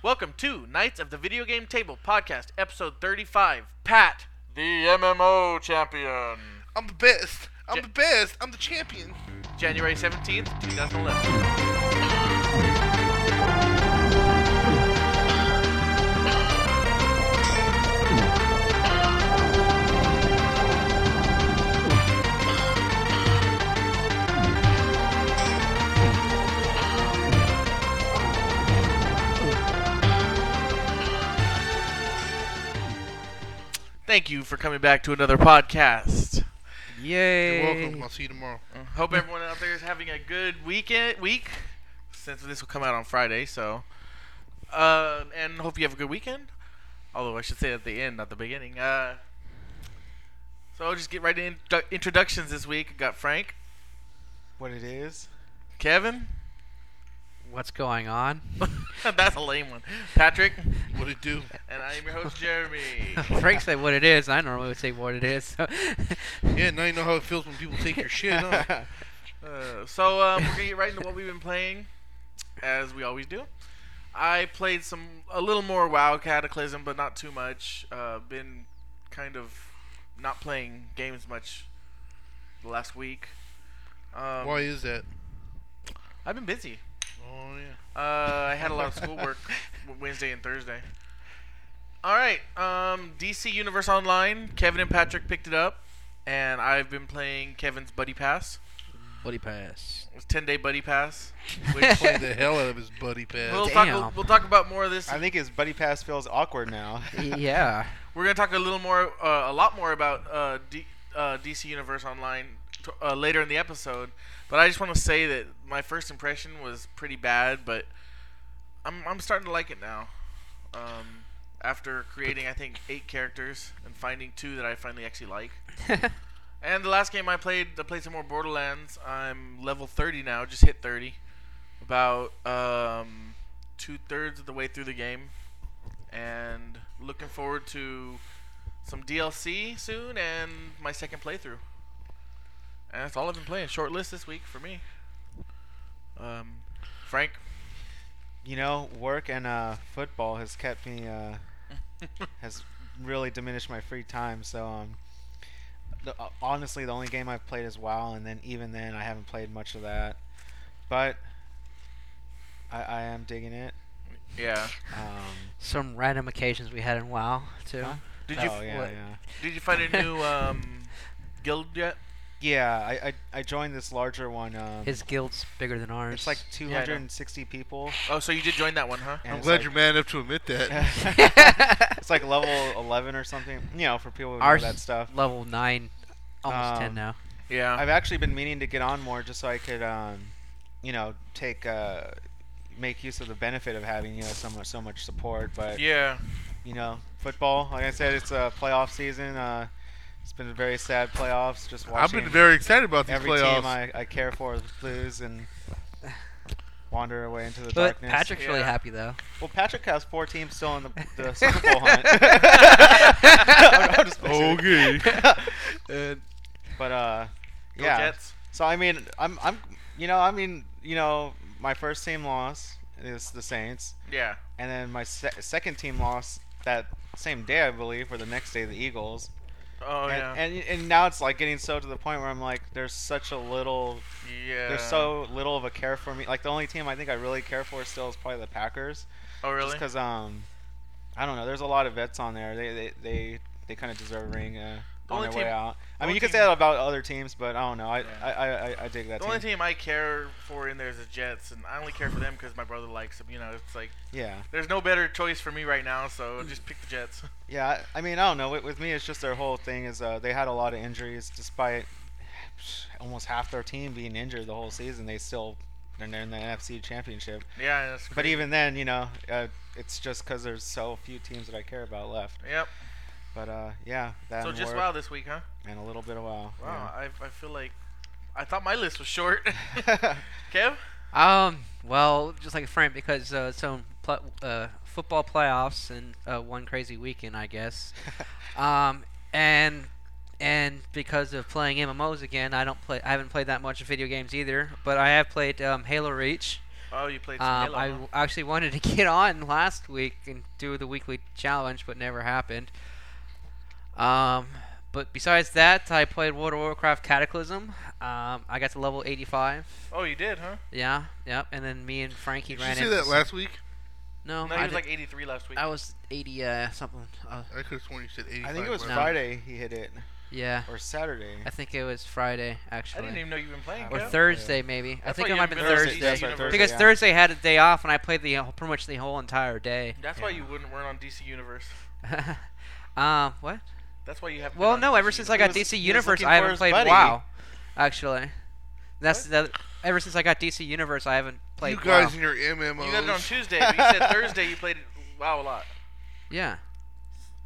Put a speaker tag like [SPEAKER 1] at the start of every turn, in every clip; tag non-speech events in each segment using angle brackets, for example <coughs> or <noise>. [SPEAKER 1] Welcome to Knights of the Video Game Table podcast, episode 35. Pat,
[SPEAKER 2] The MMO champion.
[SPEAKER 3] I'm the best. I'm
[SPEAKER 1] Ja-
[SPEAKER 3] the best. I'm the champion.
[SPEAKER 1] January 17th, 2011. Thank you for coming back to another podcast. Yay.
[SPEAKER 3] You're welcome. I'll see you tomorrow.
[SPEAKER 1] Hope everyone out there is having a good weekend week, since this will come out on Friday. So, uh, and hope you have a good weekend. Although I should say at the end, not the beginning. Uh, so I'll just get right in introductions this week. Got Frank,
[SPEAKER 2] What it is?
[SPEAKER 1] Kevin. <laughs>
[SPEAKER 4] What's going on?
[SPEAKER 1] That's a lame one. Patrick,
[SPEAKER 3] What it do?
[SPEAKER 1] and I am your host Jeremy.
[SPEAKER 4] <laughs> Frank said
[SPEAKER 5] <laughs>
[SPEAKER 4] what it is. I normally would say what it is. so-
[SPEAKER 3] Yeah, now you know how it feels when people take your shit. Huh?
[SPEAKER 5] <laughs>
[SPEAKER 1] Uh, so um, we're gonna get right into what we've been playing, as we always do. I played some a little more WoW Cataclysm, but not too much. Uh, been kind of not playing games much the last week. Um,
[SPEAKER 3] Why is that?
[SPEAKER 1] I've been busy.
[SPEAKER 3] Oh yeah.
[SPEAKER 1] Uh, I had a lot of schoolwork w- Wednesday and Thursday. All right, um, DC Universe Online. Kevin and Patrick picked it up, and I've been playing Kevin's Buddy Pass.
[SPEAKER 4] Buddy pass.
[SPEAKER 1] It's ten day Buddy Pass.
[SPEAKER 3] Play the hell out of his buddy pad.
[SPEAKER 1] We'll
[SPEAKER 3] Well,
[SPEAKER 1] talk,
[SPEAKER 4] Damn.
[SPEAKER 1] we'll talk about more of this.
[SPEAKER 2] I think his buddy pass feels awkward
[SPEAKER 4] <laughs>
[SPEAKER 2] now.
[SPEAKER 4] <laughs> Yeah.
[SPEAKER 1] We're going to talk a little more, uh, a lot more about uh, D- uh, DC Universe Online t- uh, later in the episode. But I just want to say that my first impression was pretty bad, but I'm, I'm starting to like it now. Um, after creating, I think, eight characters and finding two that I finally actually like. And the last game I played, I played some more Borderlands. I'm level 30 now, just hit 30. About um, two thirds of the way through the game. And looking forward to some DLC soon and my second playthrough. And that's all I've been playing. Short list this week for me. Um, Frank.
[SPEAKER 5] you know, work and uh, football has kept
[SPEAKER 1] <laughs>
[SPEAKER 5] me uh, has really diminished my free time. So um, the, uh, honestly, the only game I've played is WoW, and then even then, I haven't played much of that. But I, I am digging it.
[SPEAKER 1] yeah.
[SPEAKER 5] Um,
[SPEAKER 4] Some random occasions we had in WoW too.
[SPEAKER 5] Huh?
[SPEAKER 1] <laughs> Did you
[SPEAKER 5] oh, yeah,
[SPEAKER 4] what-
[SPEAKER 5] yeah.
[SPEAKER 1] did you find a new
[SPEAKER 5] <laughs>
[SPEAKER 1] um, guild yet?
[SPEAKER 5] Yeah, I, I I joined this larger one. Um,
[SPEAKER 4] His guild's bigger than ours. <laughs>
[SPEAKER 5] it's like
[SPEAKER 1] I know.
[SPEAKER 5] 260 people.
[SPEAKER 1] Oh, so you did join that one, huh?
[SPEAKER 5] and
[SPEAKER 3] I'm
[SPEAKER 5] it's
[SPEAKER 3] glad
[SPEAKER 5] like-
[SPEAKER 3] you're man enough to admit that.
[SPEAKER 5] it's like level 11 or something. You know, for people who
[SPEAKER 4] ours
[SPEAKER 5] know that stuff.
[SPEAKER 4] level nine, almost ten
[SPEAKER 5] Um,
[SPEAKER 4] now.
[SPEAKER 1] Yeah.
[SPEAKER 5] I've actually been meaning to get on more just so I could, um, you know, take uh, make use of the benefit of having you know so much so much support. But
[SPEAKER 1] yeah.
[SPEAKER 5] you know, football, like I said, it's a playoff season. Uh, it's been a very sad playoffs. Just
[SPEAKER 3] I've
[SPEAKER 5] <laughs> watching
[SPEAKER 3] been very excited about these
[SPEAKER 5] every
[SPEAKER 3] playoffs.
[SPEAKER 5] team I, I care for lose and wander away into the
[SPEAKER 4] But
[SPEAKER 5] darkness.
[SPEAKER 4] Patrick's really
[SPEAKER 1] Yeah.
[SPEAKER 4] happy though.
[SPEAKER 5] well, Patrick has four teams still in the, the Super Bowl hunt. <laughs> I'm- I'm just <laughs> messing.
[SPEAKER 3] Oh, okay.
[SPEAKER 5] <laughs> But uh,
[SPEAKER 1] Go
[SPEAKER 5] yeah.
[SPEAKER 1] Jets.
[SPEAKER 5] So I mean, I'm I'm you know I mean you know my first team loss is the Saints,
[SPEAKER 1] Yeah.
[SPEAKER 5] and then my se- second team loss that same day I believe, or the next day the Eagles.
[SPEAKER 1] Oh
[SPEAKER 5] and,
[SPEAKER 1] yeah.
[SPEAKER 5] and and now it's like getting so to the point where I'm like, there's such a little,
[SPEAKER 1] yeah.
[SPEAKER 5] there's so little of a care for me. Like the only team I think I really care for still is probably the Packers,
[SPEAKER 1] Oh really?
[SPEAKER 5] because um, I don't know, there's a lot of vets on there. They they they, they kind of deserve a ring. Uh,
[SPEAKER 1] The
[SPEAKER 5] on
[SPEAKER 1] only
[SPEAKER 5] their way
[SPEAKER 1] team-
[SPEAKER 5] out.
[SPEAKER 1] the
[SPEAKER 5] I mean,
[SPEAKER 1] only
[SPEAKER 5] you could
[SPEAKER 1] team-
[SPEAKER 5] say that about other teams, but I don't know. I,
[SPEAKER 1] Yeah.
[SPEAKER 5] I, I, I, I dig that
[SPEAKER 1] the
[SPEAKER 5] team.
[SPEAKER 1] only team I care for in there is the Jets, and I only care for them because my brother likes them. You know, it's like
[SPEAKER 5] Yeah.
[SPEAKER 1] there's no better choice for me right now, so just pick the <laughs> Jets.
[SPEAKER 5] Yeah, I I mean, I don't know. With, with me, it's just their whole thing is uh, they had a lot of injuries, despite almost half their team being injured the whole season. They still they're in the NFC Championship.
[SPEAKER 1] yeah, that's
[SPEAKER 5] But
[SPEAKER 1] crazy.
[SPEAKER 5] even then, you know, uh, it's just because there's so few teams that I care about left.
[SPEAKER 1] yep.
[SPEAKER 5] But uh, yeah, that
[SPEAKER 1] So
[SPEAKER 5] and,
[SPEAKER 1] just
[SPEAKER 5] work
[SPEAKER 1] wow this week, huh?
[SPEAKER 5] and a little bit of wow.
[SPEAKER 1] Wow, I, I feel like I thought my list was short. <laughs>
[SPEAKER 3] <laughs>
[SPEAKER 1] Kev?
[SPEAKER 5] Yeah. <laughs>
[SPEAKER 4] Um. Well, just like Frank, because uh, so pl- uh, football playoffs and uh, one crazy weekend, I
[SPEAKER 5] <laughs>
[SPEAKER 4] guess. um. And and because of playing MMOs again, I don't play. I haven't played that much video games either. But I have played um, Halo Reach.
[SPEAKER 1] Oh, you played some
[SPEAKER 4] Um,
[SPEAKER 1] Halo.
[SPEAKER 4] I
[SPEAKER 1] huh?
[SPEAKER 4] w- actually wanted to <laughs> get on last week and do the weekly challenge, but never happened. Um, but besides that, I played World of Warcraft Cataclysm. Um, I got to level 85.
[SPEAKER 1] oh, you did, huh?
[SPEAKER 4] Yeah, yep. And then me and Frankie
[SPEAKER 3] Did you
[SPEAKER 4] ran
[SPEAKER 3] say
[SPEAKER 4] into
[SPEAKER 3] that
[SPEAKER 4] some-
[SPEAKER 3] last week?
[SPEAKER 4] No,
[SPEAKER 1] No,
[SPEAKER 4] Um, I,
[SPEAKER 1] he was like
[SPEAKER 4] did-
[SPEAKER 1] 83 last week.
[SPEAKER 4] I was 80 uh, something. Uh,
[SPEAKER 3] I could have sworn you said 85.
[SPEAKER 5] I think it was
[SPEAKER 3] last
[SPEAKER 4] No.
[SPEAKER 3] week.
[SPEAKER 5] Friday he hit it,
[SPEAKER 4] yeah,
[SPEAKER 5] or Saturday.
[SPEAKER 4] I think it was Friday
[SPEAKER 1] I didn't
[SPEAKER 4] actually,
[SPEAKER 1] even know you've been playing.
[SPEAKER 4] or
[SPEAKER 1] Cal.
[SPEAKER 4] Thursday maybe. I
[SPEAKER 1] That's
[SPEAKER 4] think
[SPEAKER 1] why
[SPEAKER 4] it
[SPEAKER 1] you
[SPEAKER 4] might have
[SPEAKER 1] haven't
[SPEAKER 4] been
[SPEAKER 1] been on
[SPEAKER 4] Thursday.
[SPEAKER 1] DC
[SPEAKER 5] That's right,
[SPEAKER 1] Universe.
[SPEAKER 5] Thursday.
[SPEAKER 4] Because
[SPEAKER 5] yeah.
[SPEAKER 4] Thursday had a day off, and I played the whole- pretty much the whole entire day.
[SPEAKER 1] That's why you wouldn't weren't on DC Universe.
[SPEAKER 4] <laughs> um, what?
[SPEAKER 1] That's why you haven't.
[SPEAKER 4] Well,
[SPEAKER 1] been on
[SPEAKER 4] no.
[SPEAKER 1] DC
[SPEAKER 4] Ever since I
[SPEAKER 1] Universe.
[SPEAKER 4] got
[SPEAKER 5] was-
[SPEAKER 4] DC
[SPEAKER 5] he was
[SPEAKER 4] Universe,
[SPEAKER 5] looking
[SPEAKER 4] I
[SPEAKER 5] for
[SPEAKER 4] haven't
[SPEAKER 5] his
[SPEAKER 4] played
[SPEAKER 5] buddy.
[SPEAKER 4] WoW. Actually, that's the. Ever since I got DC Universe, I haven't played.
[SPEAKER 3] You guys
[SPEAKER 4] WoW.
[SPEAKER 3] and your MMOs.
[SPEAKER 1] you got it on Tuesday, but you
[SPEAKER 4] <laughs>
[SPEAKER 1] said Thursday you played WoW a lot.
[SPEAKER 4] Yeah.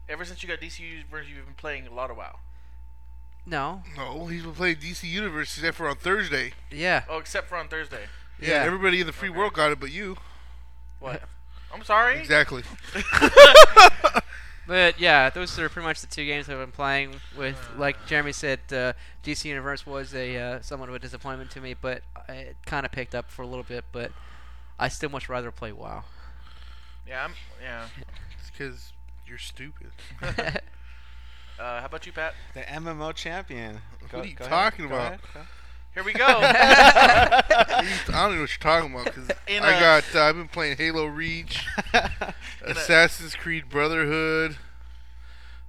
[SPEAKER 1] Ever since you got DC Universe, you've been playing a lot of WoW.
[SPEAKER 4] No.
[SPEAKER 3] No, he's been playing DC Universe except for on Thursday.
[SPEAKER 4] Yeah.
[SPEAKER 1] Oh, except for on Thursday.
[SPEAKER 3] Yeah,
[SPEAKER 4] Yeah.
[SPEAKER 3] everybody in the free world got it, but you.
[SPEAKER 4] <laughs>
[SPEAKER 1] What? I'm sorry.
[SPEAKER 3] Exactly.
[SPEAKER 4] But yeah, those are pretty much the two games I've been playing. With like Jeremy said, uh, DC Universe was a uh, somewhat of a disappointment to me, but I- it kind of picked up for a little bit. But I still much rather play WoW. <laughs>
[SPEAKER 1] Yeah, I'm, yeah.
[SPEAKER 3] It's because you're stupid.
[SPEAKER 1] Uh, how about you, Pat?
[SPEAKER 5] The MMO champion.
[SPEAKER 3] What are you talking
[SPEAKER 5] go
[SPEAKER 3] about?
[SPEAKER 5] ahead,
[SPEAKER 1] Here we go.
[SPEAKER 3] I don't know what you're talking about because
[SPEAKER 1] <laughs> In
[SPEAKER 3] I
[SPEAKER 1] a-
[SPEAKER 3] got. Uh, I've been playing Halo Reach,
[SPEAKER 1] <laughs>
[SPEAKER 5] <laughs>
[SPEAKER 1] In a-
[SPEAKER 3] Assassin's Creed Brotherhood,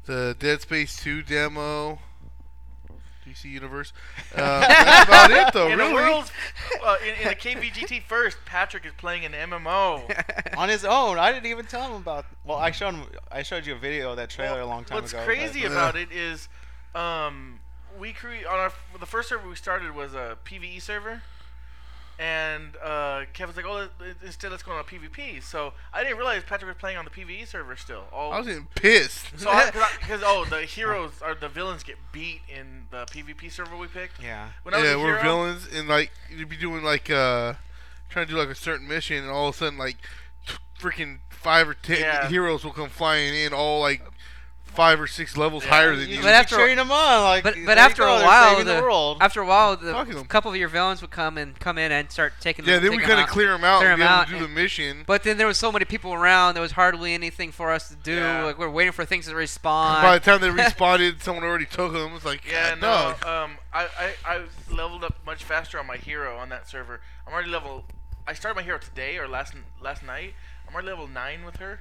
[SPEAKER 3] the Dead Space 2 demo, DC Universe.
[SPEAKER 1] <laughs>
[SPEAKER 3] Uh, that's about it though.
[SPEAKER 1] in
[SPEAKER 3] <laughs> really.
[SPEAKER 1] the world's, uh, in, in the KVGT first, Patrick is playing an
[SPEAKER 3] <laughs>
[SPEAKER 1] MMO.
[SPEAKER 5] go ahead. On his own. I didn't even tell him about. Well, I showed him. I showed you a video of that trailer a long time
[SPEAKER 1] What's
[SPEAKER 5] ago. but-
[SPEAKER 1] crazy
[SPEAKER 3] but-
[SPEAKER 1] about it is, um, we create on our the first server we started was a PVE server, and uh, Kevin's like, "Oh, let- let- instead let's go on a PvP." So I didn't realize Patrick was playing on the PVE server still. Oh,
[SPEAKER 3] I was getting pissed.
[SPEAKER 1] so
[SPEAKER 3] <laughs>
[SPEAKER 1] because oh, the heroes or the villains get beat in the PvP server we picked.
[SPEAKER 5] Yeah.
[SPEAKER 1] When I was
[SPEAKER 3] Yeah,
[SPEAKER 1] a
[SPEAKER 3] we're
[SPEAKER 1] hero-
[SPEAKER 3] villains, and like you'd be doing like uh, trying to do like a certain mission, and all of a sudden like t- freaking five or ten
[SPEAKER 1] Yeah.
[SPEAKER 3] heroes will come flying in, all like five or six levels
[SPEAKER 1] Yeah.
[SPEAKER 3] higher than
[SPEAKER 5] You
[SPEAKER 3] you.
[SPEAKER 5] just
[SPEAKER 4] But
[SPEAKER 5] keep
[SPEAKER 4] after-
[SPEAKER 5] cheering him on, like.
[SPEAKER 4] But
[SPEAKER 5] there
[SPEAKER 4] but
[SPEAKER 5] you
[SPEAKER 4] after
[SPEAKER 5] go,
[SPEAKER 4] a
[SPEAKER 5] they're
[SPEAKER 4] while,
[SPEAKER 5] saving
[SPEAKER 4] the,
[SPEAKER 5] the world.
[SPEAKER 4] after a while,
[SPEAKER 3] Fuck 'em.
[SPEAKER 4] the couple of your villains would come and come in and start taking.
[SPEAKER 3] yeah,
[SPEAKER 4] them,
[SPEAKER 3] then we
[SPEAKER 4] taking
[SPEAKER 3] kind
[SPEAKER 4] out.
[SPEAKER 3] of clear them out
[SPEAKER 4] clear
[SPEAKER 3] and
[SPEAKER 4] 'em
[SPEAKER 3] be able
[SPEAKER 4] out,
[SPEAKER 3] to do
[SPEAKER 4] and-
[SPEAKER 3] the mission.
[SPEAKER 4] But then there was so many people around, there was hardly anything for us to do.
[SPEAKER 1] Yeah.
[SPEAKER 4] Like we're waiting for things to respawn.
[SPEAKER 3] By the time
[SPEAKER 1] <laughs>
[SPEAKER 3] they responded, someone already took them. It's like
[SPEAKER 1] Yeah,
[SPEAKER 3] God,
[SPEAKER 1] no. Um, I, I I leveled up much faster on my hero on that server. I'm already level. I started my hero today or last n- last night. I'm already level nine with her.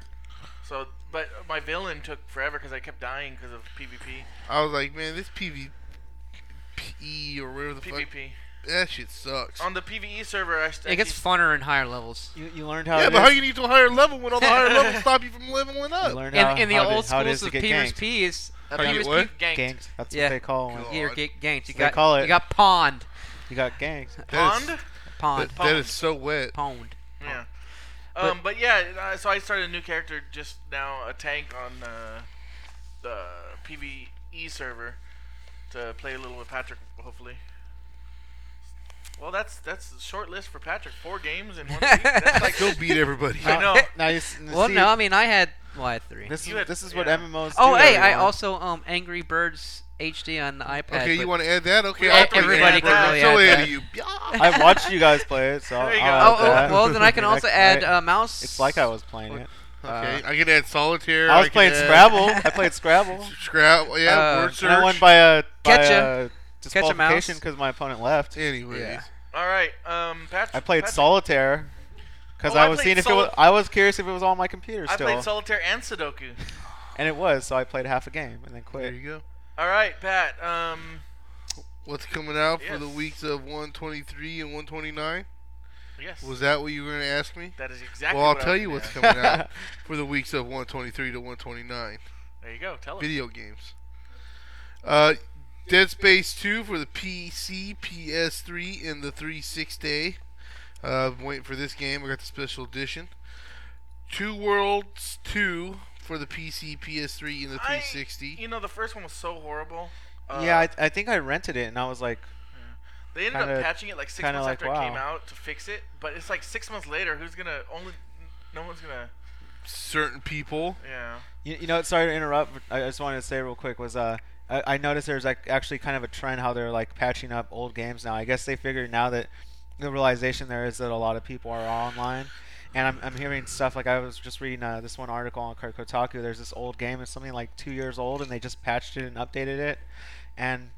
[SPEAKER 1] So, but my villain took forever because I kept dying because of PvP.
[SPEAKER 3] I was like, man, this PvP or whatever the fuck
[SPEAKER 1] PvP
[SPEAKER 3] that shit sucks.
[SPEAKER 1] on the PVE server. I, st- I
[SPEAKER 4] it gets
[SPEAKER 1] keep-
[SPEAKER 4] funner in higher levels.
[SPEAKER 5] You, you learned how.
[SPEAKER 3] yeah,
[SPEAKER 5] it
[SPEAKER 3] but how
[SPEAKER 5] is.
[SPEAKER 3] you need to a higher level when all the higher levels stop you from leveling
[SPEAKER 5] You
[SPEAKER 3] up?
[SPEAKER 5] learned
[SPEAKER 4] In,
[SPEAKER 5] how,
[SPEAKER 4] in the
[SPEAKER 5] how it-
[SPEAKER 4] old
[SPEAKER 5] how it is
[SPEAKER 4] schools
[SPEAKER 5] to
[SPEAKER 4] of
[SPEAKER 5] get
[SPEAKER 4] PvS
[SPEAKER 5] ganked.
[SPEAKER 4] P's, uh,
[SPEAKER 3] How you
[SPEAKER 4] PvS
[SPEAKER 3] what?
[SPEAKER 4] P- ganked.
[SPEAKER 5] Ganked. That's
[SPEAKER 4] Yeah.
[SPEAKER 5] what they call when
[SPEAKER 3] Cool.
[SPEAKER 4] Yeah, you're
[SPEAKER 3] God.
[SPEAKER 4] ga- ganked. You
[SPEAKER 5] They
[SPEAKER 4] got
[SPEAKER 5] call
[SPEAKER 4] you
[SPEAKER 5] it-
[SPEAKER 4] got pawned,
[SPEAKER 5] you got ganked.
[SPEAKER 3] That is-
[SPEAKER 1] pond.
[SPEAKER 4] pawned,
[SPEAKER 3] that- that is so wet.
[SPEAKER 1] <laughs>
[SPEAKER 4] pawned.
[SPEAKER 1] Yeah. Um, but, yeah, uh, so I started a new character just now, a tank on uh, the PVE server to play a little with Patrick, hopefully. Well, that's that's a short list for Patrick. Four games in one week.
[SPEAKER 3] <laughs>
[SPEAKER 1] That's like,
[SPEAKER 3] Go beat everybody.
[SPEAKER 1] I know.
[SPEAKER 5] Now you s-
[SPEAKER 4] Well,
[SPEAKER 5] see,
[SPEAKER 4] no, I mean I had well, I had three.
[SPEAKER 5] This
[SPEAKER 1] You
[SPEAKER 5] is
[SPEAKER 1] had-
[SPEAKER 5] this is what
[SPEAKER 1] yeah.
[SPEAKER 5] MMOs.
[SPEAKER 4] oh,
[SPEAKER 5] do,
[SPEAKER 4] hey, I
[SPEAKER 5] everyone.
[SPEAKER 4] also um Angry Birds HD on the iPad.
[SPEAKER 3] Okay, you
[SPEAKER 4] but-
[SPEAKER 3] want to add that? Okay,
[SPEAKER 1] We
[SPEAKER 3] I'll
[SPEAKER 1] all-
[SPEAKER 3] play
[SPEAKER 1] everybody
[SPEAKER 3] Angry
[SPEAKER 1] can really
[SPEAKER 3] Birds. So add
[SPEAKER 4] add that.
[SPEAKER 3] you.
[SPEAKER 1] Uh,
[SPEAKER 3] Yeah.
[SPEAKER 5] I've watched you guys play it,
[SPEAKER 1] <laughs>
[SPEAKER 5] so
[SPEAKER 1] There you
[SPEAKER 5] I'll
[SPEAKER 4] Oh,
[SPEAKER 5] add
[SPEAKER 4] oh,
[SPEAKER 5] that.
[SPEAKER 4] well, then I can
[SPEAKER 5] <laughs> Right,
[SPEAKER 4] also add
[SPEAKER 5] right.
[SPEAKER 4] uh, mouse.
[SPEAKER 5] It's like I was playing it.
[SPEAKER 3] Okay, I can add solitaire.
[SPEAKER 5] I was
[SPEAKER 3] can
[SPEAKER 5] playing
[SPEAKER 3] add
[SPEAKER 5] Scrabble. I
[SPEAKER 4] <laughs>
[SPEAKER 5] played Scrabble.
[SPEAKER 3] Scrabble. Yeah,
[SPEAKER 4] Uh,
[SPEAKER 3] word
[SPEAKER 5] And I won
[SPEAKER 3] search.
[SPEAKER 5] by a by
[SPEAKER 4] Catch ya.
[SPEAKER 5] a
[SPEAKER 4] mouse.
[SPEAKER 5] disqualification because my opponent left.
[SPEAKER 3] Anyways,
[SPEAKER 4] Yeah.
[SPEAKER 1] all right, um, Patrick.
[SPEAKER 5] I played
[SPEAKER 1] Patrick,
[SPEAKER 5] solitaire because
[SPEAKER 1] Oh, I
[SPEAKER 5] I was
[SPEAKER 1] played
[SPEAKER 5] seeing if it
[SPEAKER 1] soli-
[SPEAKER 5] was. I was curious if it was on my computer
[SPEAKER 1] I
[SPEAKER 5] still,
[SPEAKER 1] played solitaire and Sudoku.
[SPEAKER 5] and it was. So I played half a game and
[SPEAKER 3] there
[SPEAKER 5] then quit.
[SPEAKER 3] you go.
[SPEAKER 1] All right, Pat. Um,
[SPEAKER 3] What's coming out for the
[SPEAKER 1] Yes.
[SPEAKER 3] weeks of 123 and 129?
[SPEAKER 1] yes.
[SPEAKER 3] Was that what you were going to ask me?
[SPEAKER 1] that is exactly.
[SPEAKER 3] well, I'll
[SPEAKER 1] what I
[SPEAKER 3] tell
[SPEAKER 1] was
[SPEAKER 3] you
[SPEAKER 1] gonna
[SPEAKER 3] what's
[SPEAKER 1] ask.
[SPEAKER 3] coming out for the weeks of 123 to 129.
[SPEAKER 1] There you go. Tell us.
[SPEAKER 3] Video games. Uh, Dead Space 2 for the PC, PS3, and the 360. Uh, I'm waiting for this game. I got the special edition. Two Worlds 2 for the PC, PS3, and the
[SPEAKER 1] I-
[SPEAKER 3] 360.
[SPEAKER 5] E?
[SPEAKER 1] You know, the first one was so horrible. Uh,
[SPEAKER 5] yeah, I, I think I rented it and I was like,
[SPEAKER 1] They ended up
[SPEAKER 5] Kinda-
[SPEAKER 1] patching it like six
[SPEAKER 5] kinda
[SPEAKER 1] months
[SPEAKER 5] like,
[SPEAKER 1] after it came
[SPEAKER 5] wow.
[SPEAKER 1] out to fix it, but it's like six months later. Who's gonna only? No one's gonna.
[SPEAKER 3] Certain people.
[SPEAKER 1] Yeah.
[SPEAKER 5] you, you know, what, sorry to interrupt. But I I just wanted to say real quick was uh. I I noticed there's like actually kind of a trend how they're like patching up old games now. I guess they figured now that the realization there is that a lot of people are online. And I'm, I'm hearing stuff like I was just reading uh, this one article on Kotaku. There's this old game, it's something like two years old, and they just patched it and updated it. And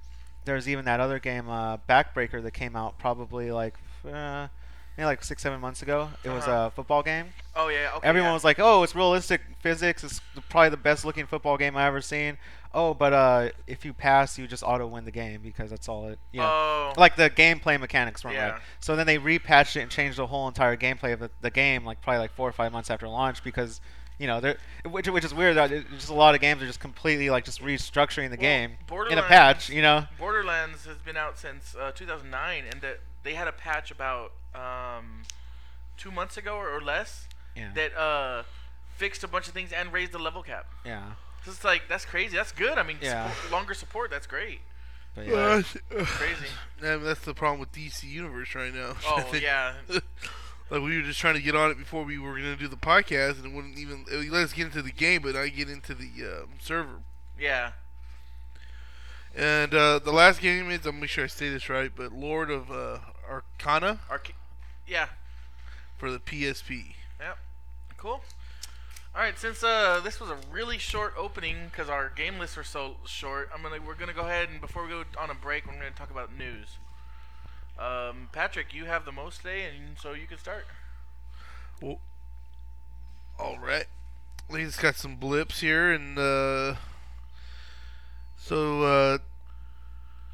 [SPEAKER 5] there's even that other game, uh, Backbreaker, that came out probably like uh, maybe like six, seven months ago. It was
[SPEAKER 1] Uh-huh.
[SPEAKER 5] a football game.
[SPEAKER 1] Oh yeah. Okay.
[SPEAKER 5] Everyone
[SPEAKER 1] yeah.
[SPEAKER 5] was like, "Oh, it's realistic physics. It's probably the best looking football game I ever seen." Oh, but uh, if you pass, you just auto win the game because that's all it. You know,
[SPEAKER 1] Oh.
[SPEAKER 5] like the gameplay mechanics weren't
[SPEAKER 1] Yeah.
[SPEAKER 5] right. So then they repatched it and changed the whole entire gameplay of the, the game, like probably like four or five months after launch, because you know they're which, which is weird. that it- Just a lot of games are just completely like just restructuring the
[SPEAKER 1] Well,
[SPEAKER 5] game in a
[SPEAKER 1] Borderlands-
[SPEAKER 5] patch. You know,
[SPEAKER 1] Borderlands has been out since uh, 2009, and that they had a patch about um, two months ago or, or less
[SPEAKER 5] yeah,
[SPEAKER 1] that uh, fixed a bunch of things and raised the level cap.
[SPEAKER 5] yeah,
[SPEAKER 1] So it's like that's crazy. That's good. I mean,
[SPEAKER 5] Yeah.
[SPEAKER 1] support, longer support. That's great.
[SPEAKER 5] but
[SPEAKER 3] Uh,
[SPEAKER 5] yeah.
[SPEAKER 3] <sighs>
[SPEAKER 5] <laughs>
[SPEAKER 1] Crazy.
[SPEAKER 3] Man, that's the problem with DC Universe right now. <laughs> I
[SPEAKER 1] Oh
[SPEAKER 3] think.
[SPEAKER 1] yeah.
[SPEAKER 3] like we were just trying to get on it before we were going to do the podcast, and it wouldn't even it would let us get into the game, but I get into the um, server.
[SPEAKER 1] Yeah.
[SPEAKER 3] And uh, the last game is I'm gonna make sure I say this right, but Lord of uh, Arcana
[SPEAKER 1] Arca- yeah.
[SPEAKER 3] for the PSP.
[SPEAKER 1] Yep. Cool. All right, since uh, this was a really short opening because our game lists are so short, I'm gonna we're gonna go ahead and before we go on a break, we're gonna talk about news. Um, Patrick, you have the most today, and so you can start.
[SPEAKER 3] Well, all right. We just got some blips here, and uh, so uh,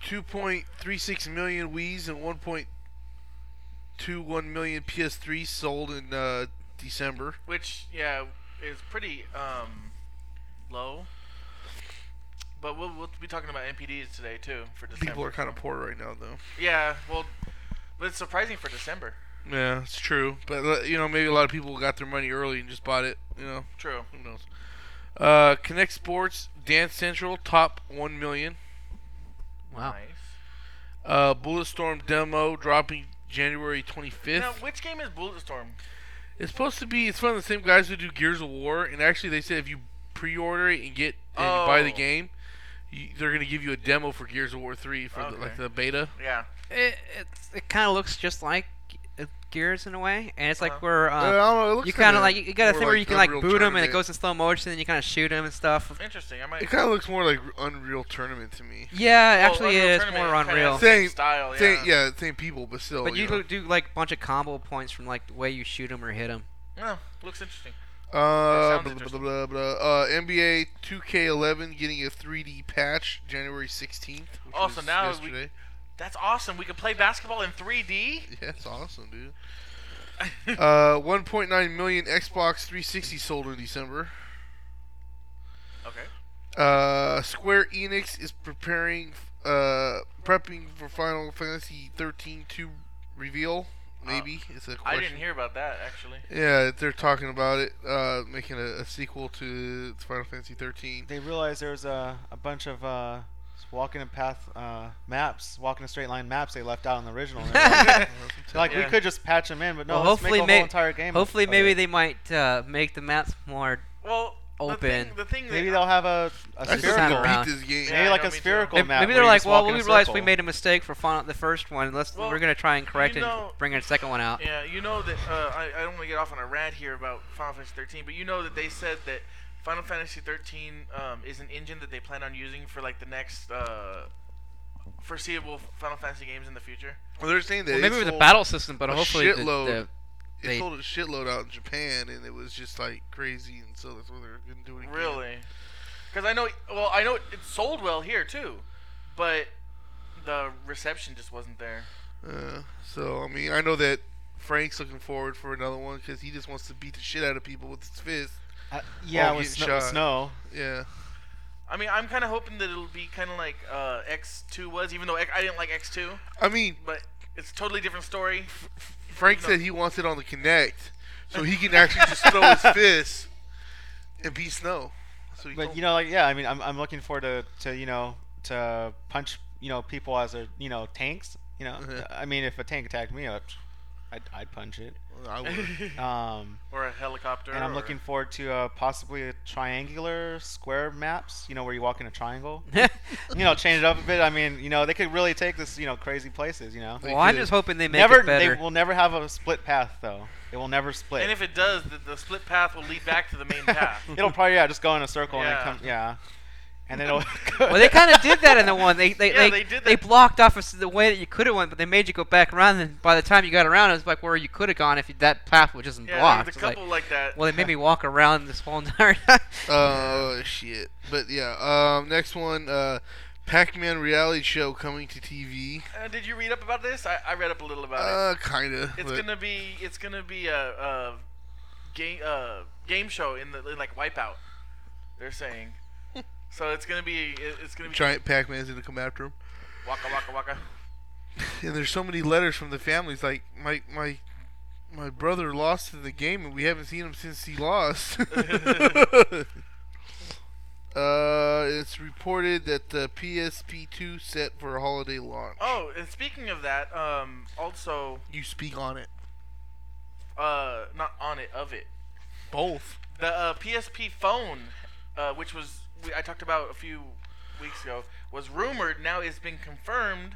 [SPEAKER 3] 2.36 million Wii's and 1.21 million PS3 sold in uh, December.
[SPEAKER 1] Which yeah is pretty um, low, but we'll we'll be talking about MPDs today too for December.
[SPEAKER 3] People are kind of poor right now, though.
[SPEAKER 1] yeah. Well, but it's surprising for December.
[SPEAKER 3] Yeah, it's true. But uh, you know, maybe a lot of people got their money early and just bought it. You know,
[SPEAKER 1] True.
[SPEAKER 3] who knows? Uh, Connect Sports, Dance Central, top one million.
[SPEAKER 4] Wow.
[SPEAKER 1] Nice.
[SPEAKER 3] Uh, Bulletstorm demo dropping January 25th.
[SPEAKER 1] now, which game is Bulletstorm?
[SPEAKER 3] It's supposed to be. It's one of the same guys who do Gears of War, and actually they said if you pre-order it and get and you buy the
[SPEAKER 1] Oh.
[SPEAKER 3] game, you, they're gonna give you a demo for Gears of War three for the,
[SPEAKER 1] Okay.
[SPEAKER 3] like the beta.
[SPEAKER 1] Yeah.
[SPEAKER 4] It it, it kind of looks just like uh, Gears in a way, and it's
[SPEAKER 1] Uh-huh.
[SPEAKER 4] like we're
[SPEAKER 5] Uh,
[SPEAKER 3] I don't
[SPEAKER 4] um,
[SPEAKER 3] know, it looks
[SPEAKER 4] you kind
[SPEAKER 3] kinda
[SPEAKER 4] of like you got a
[SPEAKER 3] Uh, more
[SPEAKER 4] thing where you can like
[SPEAKER 3] Unreal
[SPEAKER 4] boot him and it
[SPEAKER 3] Tournament.
[SPEAKER 4] goes in slow motion, and you kind of shoot him and stuff.
[SPEAKER 1] Interesting. I might.
[SPEAKER 3] It kind of looks more like Unreal Tournament to me.
[SPEAKER 4] Yeah, it
[SPEAKER 1] Well,
[SPEAKER 4] actually
[SPEAKER 1] Unreal
[SPEAKER 4] is
[SPEAKER 1] Tournament
[SPEAKER 4] more
[SPEAKER 1] kinda
[SPEAKER 4] Unreal.
[SPEAKER 1] has the same
[SPEAKER 3] Same-
[SPEAKER 1] style, Oh, yeah.
[SPEAKER 3] Same, yeah, same people, but still.
[SPEAKER 4] But you
[SPEAKER 3] you know.
[SPEAKER 4] could do like a bunch of combo points from like the way you shoot him or hit <laughs> him.
[SPEAKER 1] Oh, looks interesting. sounds
[SPEAKER 3] Uh, blah, blah,
[SPEAKER 1] interesting.
[SPEAKER 3] blah, blah, blah. Uh, NBA 2K11 getting a 3D patch January 16th. which
[SPEAKER 1] Oh, so
[SPEAKER 3] was
[SPEAKER 1] now we-
[SPEAKER 3] yesterday. <laughs>
[SPEAKER 1] That's awesome. We can play basketball in 3D.
[SPEAKER 3] Yeah, that's awesome, dude.
[SPEAKER 1] <laughs>
[SPEAKER 3] uh, 1.9 million Xbox 360 sold in December.
[SPEAKER 1] Okay.
[SPEAKER 3] Uh, Square Enix is preparing, uh, prepping for Final Fantasy 13 2 reveal. Maybe it's a
[SPEAKER 1] Uh, I
[SPEAKER 3] question.
[SPEAKER 1] didn't hear about that actually.
[SPEAKER 3] Yeah, they're talking about it, uh, making a, a sequel to Final Fantasy 13.
[SPEAKER 5] They realized there was a, a bunch of uh, walking a path uh, maps, walking a straight line maps they left out in the original. And they're
[SPEAKER 1] <laughs>
[SPEAKER 5] like, like we
[SPEAKER 1] Yeah.
[SPEAKER 5] could just patch them in, but no,
[SPEAKER 4] Well,
[SPEAKER 5] let's make
[SPEAKER 4] hopefully
[SPEAKER 5] a whole
[SPEAKER 4] may-
[SPEAKER 5] entire game.
[SPEAKER 4] Hopefully,
[SPEAKER 5] of
[SPEAKER 4] maybe
[SPEAKER 5] it.
[SPEAKER 4] they might uh, make the maps more.
[SPEAKER 1] Well,
[SPEAKER 4] Open.
[SPEAKER 1] The thing, the thing
[SPEAKER 5] maybe
[SPEAKER 1] that,
[SPEAKER 5] they'll have a, a
[SPEAKER 3] I
[SPEAKER 4] just
[SPEAKER 5] spherical.
[SPEAKER 4] have around.
[SPEAKER 3] beat this game.
[SPEAKER 1] Yeah,
[SPEAKER 5] Maybe
[SPEAKER 1] I
[SPEAKER 5] like
[SPEAKER 1] know,
[SPEAKER 5] a
[SPEAKER 1] me too.
[SPEAKER 5] spherical
[SPEAKER 1] Cool
[SPEAKER 4] Maybe,
[SPEAKER 5] map.
[SPEAKER 4] maybe
[SPEAKER 5] where
[SPEAKER 4] they're
[SPEAKER 5] you
[SPEAKER 4] like,
[SPEAKER 5] just
[SPEAKER 4] well,
[SPEAKER 5] walk
[SPEAKER 4] we
[SPEAKER 5] in a
[SPEAKER 4] realized we
[SPEAKER 5] circle.
[SPEAKER 4] made a mistake for fun- the first one. Let's
[SPEAKER 1] Well,
[SPEAKER 4] we're gonna try and correct
[SPEAKER 1] you
[SPEAKER 4] it,
[SPEAKER 1] know-
[SPEAKER 4] and bring a second one out.
[SPEAKER 1] yeah, you know that uh, I, I don't want to get off on a rant here about Final Fantasy 13, but you know that they said that Final Fantasy 13 um, is an engine that they plan on using for like the next uh, foreseeable Final Fantasy games in the future.
[SPEAKER 3] Well, they're saying that
[SPEAKER 4] Well,
[SPEAKER 3] it
[SPEAKER 4] maybe with a
[SPEAKER 3] sold-
[SPEAKER 4] battle system, but
[SPEAKER 3] a
[SPEAKER 4] hopefully the,
[SPEAKER 3] shitload.
[SPEAKER 4] <laughs> the,
[SPEAKER 3] it
[SPEAKER 4] they-
[SPEAKER 3] sold a shitload out in Japan, and it was just like crazy, and so that's what they're gonna do it again.
[SPEAKER 1] Really? Because I know, well, I know it, it sold well here too, but the reception just wasn't there.
[SPEAKER 3] Uh, so I mean, I know that Frank's looking forward for another one because he just wants to beat the shit out of people with his fist.
[SPEAKER 5] Uh, yeah,
[SPEAKER 3] all
[SPEAKER 5] with
[SPEAKER 3] get
[SPEAKER 5] snow, with
[SPEAKER 3] shot.
[SPEAKER 5] snow.
[SPEAKER 3] Yeah.
[SPEAKER 1] I mean, I'm kind of hoping that it'll be kind of like uh, X2 was, even though X- I didn't like X2,
[SPEAKER 3] I mean,
[SPEAKER 1] but it's a totally different story.
[SPEAKER 3] Frank
[SPEAKER 1] No.
[SPEAKER 3] said he wants it on the Connect, so he can actually just throw
[SPEAKER 4] <laughs>
[SPEAKER 3] his fist and beat Snow. So he
[SPEAKER 5] But
[SPEAKER 3] told-
[SPEAKER 5] you know, like yeah, I mean, I'm, I'm looking forward to, to you know to
[SPEAKER 1] Uh-huh.
[SPEAKER 5] punch you know people as their you know tanks. You know,
[SPEAKER 3] Mhm.
[SPEAKER 5] I mean, if a tank attacked me, I'd I'd, I'd punch it.
[SPEAKER 4] <laughs>
[SPEAKER 3] I would.
[SPEAKER 5] Um,
[SPEAKER 1] or a helicopter.
[SPEAKER 5] and I'm
[SPEAKER 1] or-
[SPEAKER 5] looking forward to uh, possibly triangular square maps. You know where you walk in a triangle. you know, change it up a bit. I mean, you know, they could really take this, you know, crazy places. You know,
[SPEAKER 3] They
[SPEAKER 4] well, I'm
[SPEAKER 3] could.
[SPEAKER 4] just hoping they make
[SPEAKER 5] never.
[SPEAKER 4] it better.
[SPEAKER 5] They will never have a split path though. It will never split.
[SPEAKER 1] And if it does, the, the split path will lead back to the
[SPEAKER 5] <laughs>
[SPEAKER 1] main path.
[SPEAKER 5] It'll probably yeah, just go in a circle and
[SPEAKER 1] Yeah.
[SPEAKER 5] then come yeah, and then it'll. <laughs>
[SPEAKER 4] well, they kind of did that in the one. They they
[SPEAKER 1] Yeah,
[SPEAKER 4] they,
[SPEAKER 1] they did
[SPEAKER 4] they
[SPEAKER 1] that.
[SPEAKER 4] blocked off us the way that you could have went, but they made you go back around. And by the time you got around, it was like where you could have gone if you, that path was just
[SPEAKER 1] yeah,
[SPEAKER 4] blocked.
[SPEAKER 1] there's a
[SPEAKER 4] It's like,
[SPEAKER 1] couple like, that.
[SPEAKER 4] well, they made me walk around this whole entire <laughs> time.
[SPEAKER 3] Oh shit! But yeah, um, next one, uh, Pac-Man reality show coming to TV.
[SPEAKER 1] <laughs> Uh, did you read up about this? I, I read up a little about it.
[SPEAKER 3] Uh, kinda.
[SPEAKER 1] It's
[SPEAKER 3] but-
[SPEAKER 1] gonna be it's gonna be a, a game uh game show in the in like Wipeout. They're saying. So it's gonna be it- it's gonna be
[SPEAKER 3] giant Pac-Man's gonna come after him.
[SPEAKER 1] waka waka waka.
[SPEAKER 3] And there's so many letters from the families. Like my my my brother lost in the game, and we haven't seen him since he lost. <laughs> uh, it's reported that the PSP2 set for a holiday launch.
[SPEAKER 1] Oh, and speaking of that, um, also
[SPEAKER 3] You speak on it.
[SPEAKER 1] uh, not on it of it.
[SPEAKER 3] Both.
[SPEAKER 1] The uh, PSP phone, uh, which was we, I talked about a few weeks ago, was rumored. Now it's been confirmed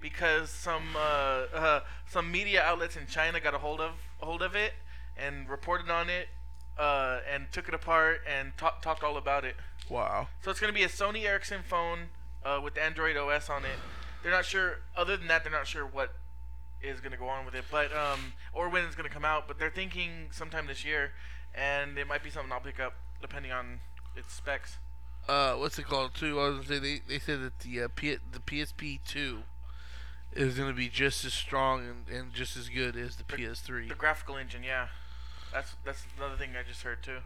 [SPEAKER 1] because some uh, uh, <laughs> some media outlets in China got a hold of hold of it and reported on it uh, and took it apart and ta- talked all about it.
[SPEAKER 3] Wow.
[SPEAKER 1] So it's going to be a Sony Ericsson phone uh, with Android OS on it. They're not sure. Other than that, they're not sure what is going to go on with it, but um, or when it's going to come out. But they're thinking sometime this year, and it might be something I'll pick up depending on its specs.
[SPEAKER 3] uh, what's it called too? I was gonna say they, they said that the uh, P- the PSP two is gonna be just as strong and, and just as good as the PS three.
[SPEAKER 1] The graphical engine, yeah, that's that's another thing I just heard too.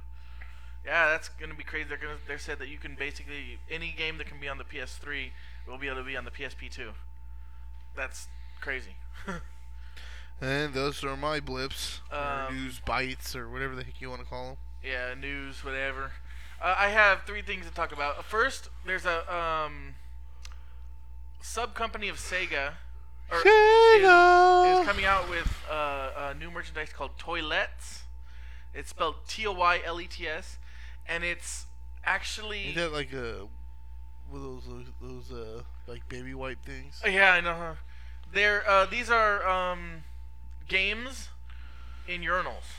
[SPEAKER 1] Yeah, that's going to be crazy. They're going to they said that you can basically any game that can be on the PS3 will be able to be on the PSP2. That's crazy. <laughs>
[SPEAKER 3] And Eh, those are my blips, or
[SPEAKER 1] Um,
[SPEAKER 3] news bites, or whatever the heck you want to call them.
[SPEAKER 1] yeah, news, whatever. Uh, I have three things to talk about. First, there's a um, sub company of Sega, or is- Is, coming out with uh, a new merchandise called Toilets. It's spelled T O Y L E T S, and it's actually
[SPEAKER 3] Is that like a one of those those, those uh like baby wipe things?
[SPEAKER 1] Oh, Yeah, I know. Huh? They're uh, these are um, games in urinals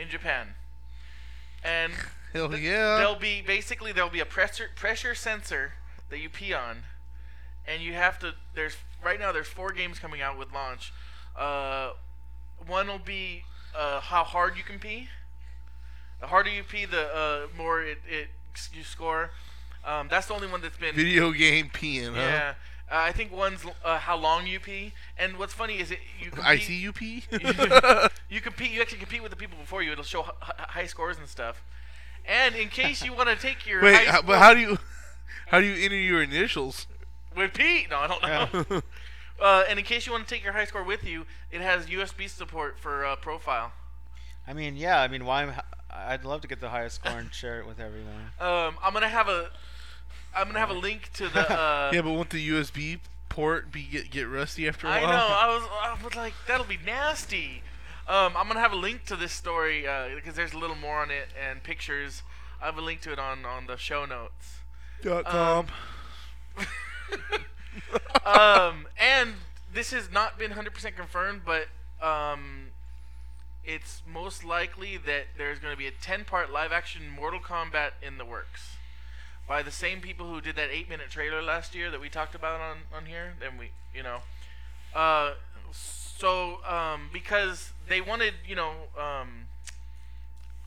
[SPEAKER 1] in Japan, and
[SPEAKER 3] Hell
[SPEAKER 1] th-
[SPEAKER 3] yeah.
[SPEAKER 1] there'll be basically there'll be a pressure pressure sensor that you pee on, and you have to. There's right now there's four games coming out with launch. Uh, one will be uh, how hard you can pee. The harder you pee, the uh, more it, it you score. Um, that's the only one that's been
[SPEAKER 3] Video game peeing, huh?
[SPEAKER 1] yeah, uh, I think one's uh, how long you pee, and what's funny is it you compete,
[SPEAKER 3] I see you
[SPEAKER 1] <laughs>
[SPEAKER 3] pee. <laughs>
[SPEAKER 1] you compete you actually compete with the people before you. It'll show h- h- high scores and stuff. And in case you want to take your
[SPEAKER 3] Wait,
[SPEAKER 1] high
[SPEAKER 3] how,
[SPEAKER 1] score
[SPEAKER 3] but how do you <laughs> how do you enter your initials?
[SPEAKER 1] with Pete, no, I don't
[SPEAKER 3] <laughs>
[SPEAKER 1] know. Uh, and in case you want to take your high score with you, it has USB support for uh, profile.
[SPEAKER 5] I mean, yeah. I mean, why? I'd love to get the highest score and share it
[SPEAKER 4] <laughs>
[SPEAKER 5] with everyone.
[SPEAKER 1] Um, I'm gonna have a I'm gonna have a link to
[SPEAKER 3] <laughs>
[SPEAKER 1] the. Uh,
[SPEAKER 3] yeah, but won't the USB port be get, get rusty after a
[SPEAKER 1] I
[SPEAKER 3] while?
[SPEAKER 1] know. I was. I was like, that'll be nasty. Um, I'm gonna have a link to this story because there's a little more on it and pictures. I have a link to it on on the show notes.
[SPEAKER 3] <laughs> Dot
[SPEAKER 1] Um, um, and this has not been 100% confirmed, but um, it's most likely that there's going to be a 10-part live-action Mortal Kombat in the works by the same people who did that eight-minute trailer last year that we talked about on on here. Then we, you know, uh, so um, because they wanted, you know, um,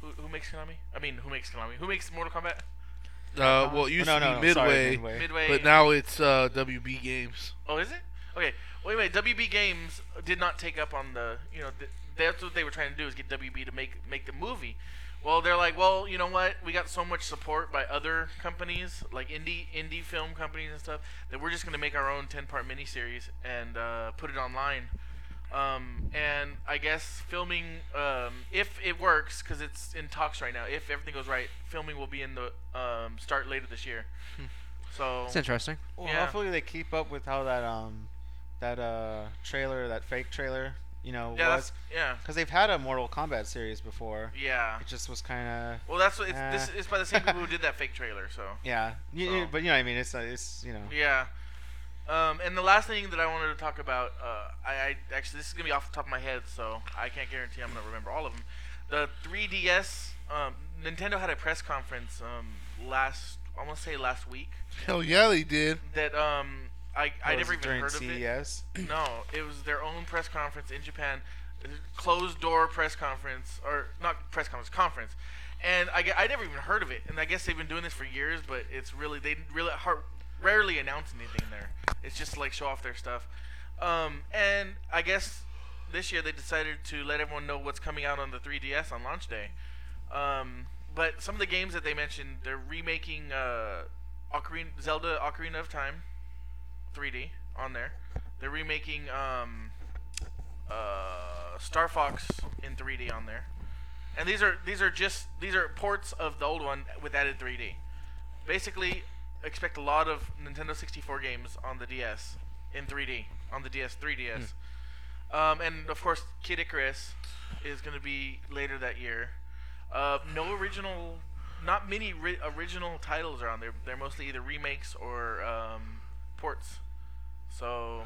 [SPEAKER 1] who, who makes Konami? I mean, who makes Konami? Who makes Mortal Kombat?
[SPEAKER 3] uh, well, it used to
[SPEAKER 5] no,
[SPEAKER 3] be
[SPEAKER 5] no, no,
[SPEAKER 3] Midway,
[SPEAKER 5] sorry, Midway.
[SPEAKER 1] Midway.
[SPEAKER 3] but now it's uh, WB Games.
[SPEAKER 1] Oh, is it? Okay. Well, anyway, WB Games did not take up on the, you know, th- that's what they were trying to do is get WB to make make the movie. Well, they're like, well, you know what? We got so much support by other companies, like indie indie film companies and stuff, that we're just gonna make our own ten part miniseries and uh, put it online. Um, and I guess filming, um, if it works, because it's in talks right now. If everything goes right, filming will be in the um, start later this year. So
[SPEAKER 4] It's interesting.
[SPEAKER 5] Well,
[SPEAKER 1] Yeah.
[SPEAKER 5] hopefully they keep up with how that um that uh trailer, that fake trailer, you know,
[SPEAKER 1] Yeah,
[SPEAKER 5] was
[SPEAKER 1] that's, yeah,
[SPEAKER 5] because they've had a Mortal Kombat series before.
[SPEAKER 1] yeah.
[SPEAKER 5] It just was kind of
[SPEAKER 1] Well, that's what it's,
[SPEAKER 5] Uh.
[SPEAKER 1] this is by the same people who did that fake trailer. So
[SPEAKER 5] yeah, You- you-
[SPEAKER 1] So.
[SPEAKER 5] but you know what I mean. It's uh, it's you know
[SPEAKER 1] yeah. Um, and the last thing that I wanted to talk about, uh, I, I actually this is gonna be off the top of my head, so I can't guarantee I'm gonna remember all of them. The 3DS, um, Nintendo had a press conference um, last, I want to say last week,
[SPEAKER 3] Hell yeah, they did.
[SPEAKER 1] that um, I, I never
[SPEAKER 5] was Oh, it
[SPEAKER 1] even
[SPEAKER 5] during E
[SPEAKER 1] heard of it.
[SPEAKER 5] CES.
[SPEAKER 1] No, it was their own press conference in Japan, uh, closed door press conference or not press conference conference, and I, gue- I never even heard of it. And I guess they've been doing this for years, but it's really they really har- rarely announce anything there. It's just like show off their stuff. Um, and I guess this year they decided to let everyone know what's coming out on the 3DS on launch day. Um, but some of the games that they mentioned, they're remaking uh, Ocarina, Zelda Ocarina of Time. 3D on there. They're remaking um, uh, Star Fox in 3D on there, and these are these are just these are ports of the old one with added 3D. Basically, expect a lot of Nintendo 64 games on the DS in 3D on the DS 3DS, um, and of course Kid Icarus is going to be later that year. Uh, no original, not many ri- original titles are on there. They're mostly either remakes or um, ports. So,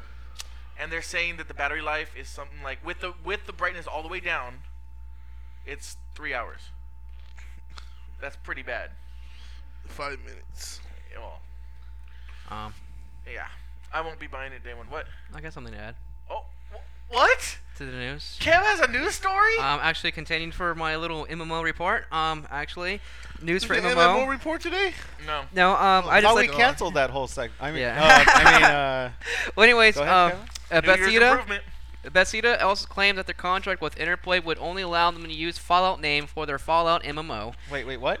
[SPEAKER 1] and they're saying that the battery life is something like with the with the brightness all the way down, it's three hours. <laughs> That's pretty bad.
[SPEAKER 3] Five minutes.
[SPEAKER 1] Yeah, Well,
[SPEAKER 4] Um,
[SPEAKER 1] yeah, I won't be buying it day one. What?
[SPEAKER 4] I got something to add
[SPEAKER 1] Oh, wh- what?
[SPEAKER 4] to the news.
[SPEAKER 1] Cam has a news story.
[SPEAKER 4] Um, actually, continuing for my little MMO report. Um, actually, news
[SPEAKER 3] Is
[SPEAKER 4] for
[SPEAKER 3] the
[SPEAKER 4] MMO.
[SPEAKER 3] MMO report today?
[SPEAKER 1] no.
[SPEAKER 4] no, um, I just
[SPEAKER 5] thought
[SPEAKER 4] like.
[SPEAKER 5] we canceled that whole segment. I mean,
[SPEAKER 4] Yeah.
[SPEAKER 5] uh,
[SPEAKER 4] <laughs>
[SPEAKER 5] I mean, uh,
[SPEAKER 4] Well, anyways,
[SPEAKER 5] Go ahead,
[SPEAKER 4] um,
[SPEAKER 5] Kevin.
[SPEAKER 4] uh,
[SPEAKER 1] New Year's
[SPEAKER 4] Bethesda,
[SPEAKER 1] improvement.
[SPEAKER 4] Bethesda also claimed that their contract with Interplay would only allow them to use Fallout name for their Fallout MMO.
[SPEAKER 5] wait, wait, what?